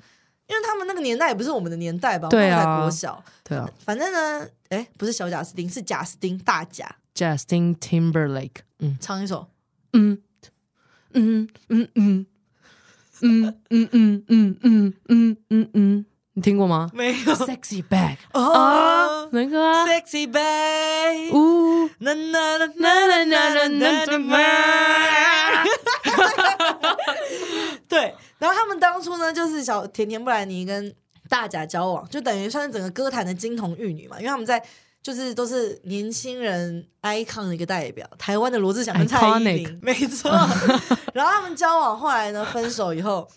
[SPEAKER 1] 因为他们那个年代也不是我们的年代吧？
[SPEAKER 2] 对啊
[SPEAKER 1] 我们才国小。
[SPEAKER 2] 对啊
[SPEAKER 1] 反正呢，哎、不是小贾斯汀，是贾斯汀大贾，
[SPEAKER 2] ，Justin Timberlake，嗯
[SPEAKER 1] 唱一首。
[SPEAKER 2] 嗯嗯嗯嗯嗯嗯嗯嗯嗯嗯嗯嗯，你听过吗
[SPEAKER 1] 没有
[SPEAKER 2] ？Sexy Back
[SPEAKER 1] 哦
[SPEAKER 2] 啊，那个啊。
[SPEAKER 1] Sexy babe，
[SPEAKER 2] 呜
[SPEAKER 1] 啦啦啦啦啦
[SPEAKER 2] 啦啦啦
[SPEAKER 1] 啦
[SPEAKER 2] 啦啦
[SPEAKER 1] 啦
[SPEAKER 2] 啦
[SPEAKER 1] 啦
[SPEAKER 2] 啦！
[SPEAKER 1] 对，然后他们当初呢，就是小甜甜布兰妮跟大贾交往，就等于算是整个歌坛的金童玉女嘛，因为他们在就是都是年轻人 icon 的一个代表，台湾的罗志祥跟蔡依林
[SPEAKER 2] Iconic，
[SPEAKER 1] 没 错。然后他们交往，后来呢分手以后。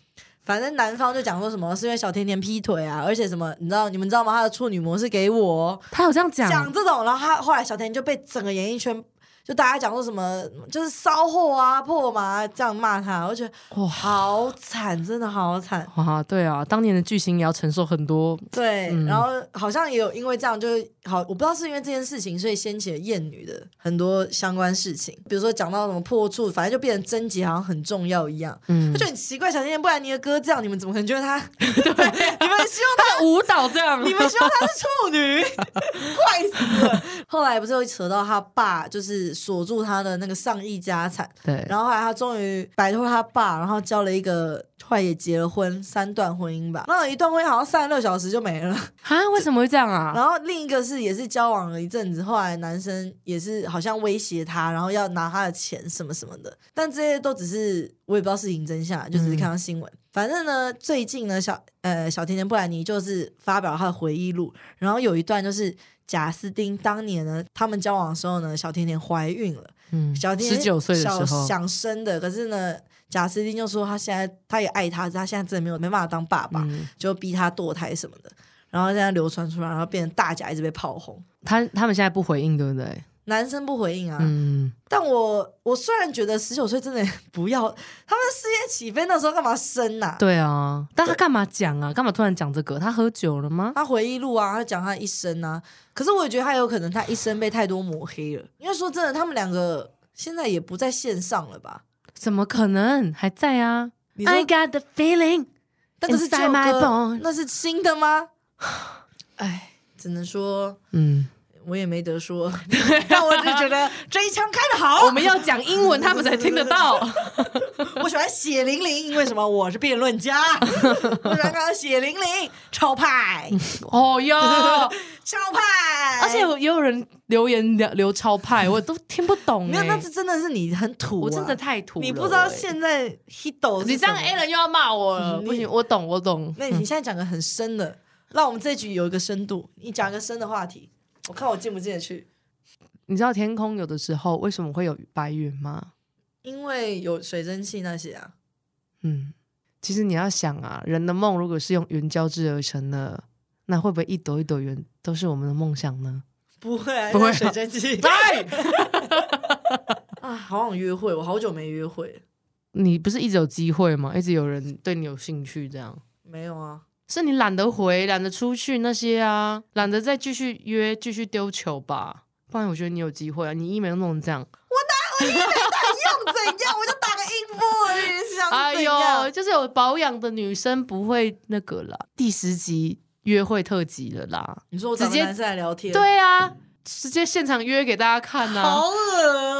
[SPEAKER 1] 反正男方就讲说什么是因为小甜甜劈腿啊，而且什么你知道你们知道吗？他的处女膜是给我，哦
[SPEAKER 2] 他有这样
[SPEAKER 1] 讲
[SPEAKER 2] 讲，
[SPEAKER 1] 这种，然后他后来小甜就被整个演艺圈就大家讲说什么就是骚货啊、破麻、啊、这样骂他，我觉得哇，
[SPEAKER 2] 哇
[SPEAKER 1] 好惨，真的好惨。
[SPEAKER 2] 哇，对啊，当年的巨星也要承受很多，
[SPEAKER 1] 对，
[SPEAKER 2] 嗯
[SPEAKER 1] 然后好像也有因为这样，就是好，我不知道是因为这件事情，所以掀起了艳女的很多相关事情，比如说讲到什么破处，反正就变成贞洁好像很重要一样。
[SPEAKER 2] 嗯
[SPEAKER 1] 我觉，得很奇怪，小甜甜，不然你的歌这样，你们怎么可能觉得 他？ 对，你们希望他
[SPEAKER 2] 他的舞蹈这 样，
[SPEAKER 1] 你们希望她是处女，怪死了。后来不是又扯到他爸，就是锁住他的那个上亿家产，
[SPEAKER 2] 对，
[SPEAKER 1] 然后后来他终于摆脱他爸，然后交了一个，后来也结了婚，三段婚姻吧。那有一段婚姻好像三十六小时就没了，
[SPEAKER 2] 啊，为什么会这样啊？
[SPEAKER 1] 然后另一个是也是交往了一阵子，后来男生也是好像威胁他，然后要拿他的钱什么什么的，但这些都只是我也不知道事情真相，啊就只是看到新闻。反正呢，最近呢，小呃小甜甜布兰妮就是发表了她的回忆录，然后有一段就是贾斯汀当年呢，他们交往的时候呢，小甜甜怀孕了，
[SPEAKER 2] 嗯，
[SPEAKER 1] 小甜
[SPEAKER 2] 十
[SPEAKER 1] 甜
[SPEAKER 2] 九岁的时
[SPEAKER 1] 小
[SPEAKER 2] 候，
[SPEAKER 1] 想生的，可是呢，贾斯汀就说他现在他也爱她，他现在真的没有没办法当爸爸，
[SPEAKER 2] 嗯，
[SPEAKER 1] 就逼他堕胎什么的，然后现在流传出来，然后变成大家一直被炮轰。
[SPEAKER 2] 他他们现在不回应，对不对？
[SPEAKER 1] 男生不回应啊，
[SPEAKER 2] 嗯，
[SPEAKER 1] 但我我虽然觉得十九岁真的 不要，他们事业起飞那时候干嘛生呐、
[SPEAKER 2] 对啊，但他干嘛讲啊？干嘛突然讲这个？他喝酒了吗？
[SPEAKER 1] 他回忆录啊，他讲他一生啊，可是我也觉得他有可能他一生被太多抹黑了，因为说真的，他们两个现在也不在线上了吧？
[SPEAKER 2] 怎么可能还在啊
[SPEAKER 1] 你说
[SPEAKER 2] ？I got the feeling，
[SPEAKER 1] 那个是旧
[SPEAKER 2] Inside my
[SPEAKER 1] 歌
[SPEAKER 2] bones，
[SPEAKER 1] 那是新的吗？唉，只能说
[SPEAKER 2] 嗯，
[SPEAKER 1] 我也没得 说，但我只是觉得这一枪开的好，
[SPEAKER 2] 我们要讲英文，他们才听得 到。
[SPEAKER 1] 我喜欢血淋淋，因为什么？我是辩论家，我喜欢看到血淋淋、超派、
[SPEAKER 2] 哦哟，
[SPEAKER 1] 超派，
[SPEAKER 2] 而且有也有人留言留留超派，我都听不懂、欸。
[SPEAKER 1] 没有，那是真的是你很土、啊，
[SPEAKER 2] 我真的太土了、欸。
[SPEAKER 1] 你不知道现在 Hito，
[SPEAKER 2] 你这样嗯 A 人又要骂我了，不行，我懂，我懂。
[SPEAKER 1] 那你现在讲个很深的，让我们这一局有一个深度。你讲个深的话题，我看我进不进得去。
[SPEAKER 2] 你知道天空有的时候为什么会有白云吗？
[SPEAKER 1] 因为有水蒸气那些啊。
[SPEAKER 2] 嗯，其实你要想啊，人的梦如果是用云交织而成的，那会不会一朵一朵云都是我们的梦想呢？
[SPEAKER 1] 不会、啊，
[SPEAKER 2] 不会啊
[SPEAKER 1] 那水蒸气。
[SPEAKER 2] 对，
[SPEAKER 1] 啊，好想约会，我好久没约会了。
[SPEAKER 2] 你不是一直有机会吗？一直有人对你有兴趣，这样
[SPEAKER 1] 没有啊，
[SPEAKER 2] 是你懒得回、懒得出去那些啊，懒得再继续约、继续丢球吧。不然我觉得你有机会啊，你一没有弄成这样，
[SPEAKER 1] 我哪有一 用哎怎样？我就打个音波而已，想
[SPEAKER 2] 哎
[SPEAKER 1] 怎样？
[SPEAKER 2] 呦，就是有保养的女生不会那个啦。第十集约会特辑了啦，
[SPEAKER 1] 你说我
[SPEAKER 2] 直
[SPEAKER 1] 找个
[SPEAKER 2] 接
[SPEAKER 1] 男生来聊天，，
[SPEAKER 2] 对啊，直接现场约给大家看呐、
[SPEAKER 1] 好恶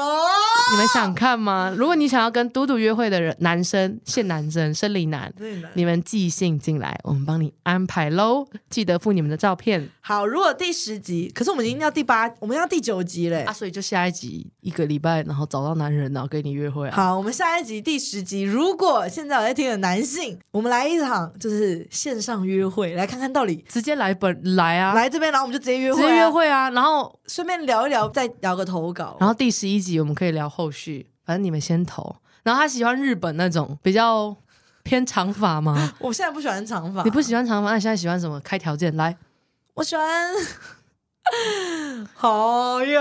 [SPEAKER 1] 哦、
[SPEAKER 2] 你们想看吗？如果你想要跟嘟嘟约会的人，男生、现男生、生理男，
[SPEAKER 1] 对呢
[SPEAKER 2] 你们寄信进来，我们帮你安排喽。记得附你们的照片
[SPEAKER 1] 好，如果第十集，可是我们已经要第八，我们要第九集嘞、
[SPEAKER 2] 啊，所以就下一集一个礼拜，然后找到男人，然后跟你约会啊。
[SPEAKER 1] 好，我们下一集第十集，如果现在有在听的男性，我们来一场就是线上约会，来看看到底、
[SPEAKER 2] 直接来本来啊，
[SPEAKER 1] 来这边，然后我们就直接约
[SPEAKER 2] 直
[SPEAKER 1] 会、
[SPEAKER 2] 接约，会啊啊，然后
[SPEAKER 1] 顺便聊一聊，再聊个投稿。
[SPEAKER 2] 然后第十一集我们可以聊后续，反正你们先投。然后他喜欢日本那种比较偏长发 吗？
[SPEAKER 1] 我现在不喜欢长发，
[SPEAKER 2] 你不喜欢长发，那你现在喜欢什么？开条件来，
[SPEAKER 1] 我喜欢。 好呀，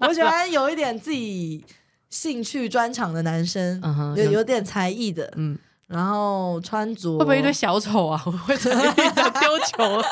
[SPEAKER 1] 我喜欢有一点自己兴趣专长的男生
[SPEAKER 2] 嗯哼，
[SPEAKER 1] 有
[SPEAKER 2] 有
[SPEAKER 1] 有点才艺的，
[SPEAKER 2] 嗯，
[SPEAKER 1] 然后穿着
[SPEAKER 2] 会不会一堆小丑啊？ 我会在在丢 球啊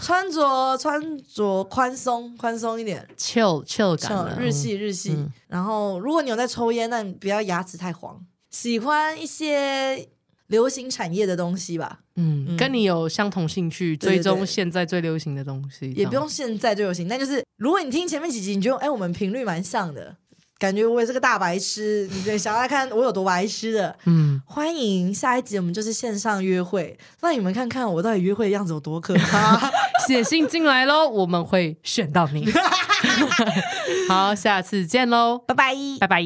[SPEAKER 1] 穿着穿着宽松宽松一点，
[SPEAKER 2] ，chill chill 感
[SPEAKER 1] 像
[SPEAKER 2] 啊
[SPEAKER 1] 日系日系。
[SPEAKER 2] 嗯
[SPEAKER 1] 然后如果你有在抽烟，那你不要牙齿太黄。喜欢一些流行产业的东西吧，
[SPEAKER 2] 嗯，跟你有相同兴趣，
[SPEAKER 1] 对对
[SPEAKER 2] 追
[SPEAKER 1] 对
[SPEAKER 2] 踪现在最流行的东西，
[SPEAKER 1] 也不
[SPEAKER 2] 这样
[SPEAKER 1] 用现在就流行，但就是如果你听前面几集，你觉得哎、我们频率蛮像的，感觉我也是个大白痴，你就想要看我有多白痴的。
[SPEAKER 2] 嗯，
[SPEAKER 1] 欢迎下一集，我们就是线上约会，让你们看看我到底约会的样子有多可怕。
[SPEAKER 2] 写信进来喽，我们 会选到你。好，下次见喽，
[SPEAKER 1] 拜拜。
[SPEAKER 2] 拜拜。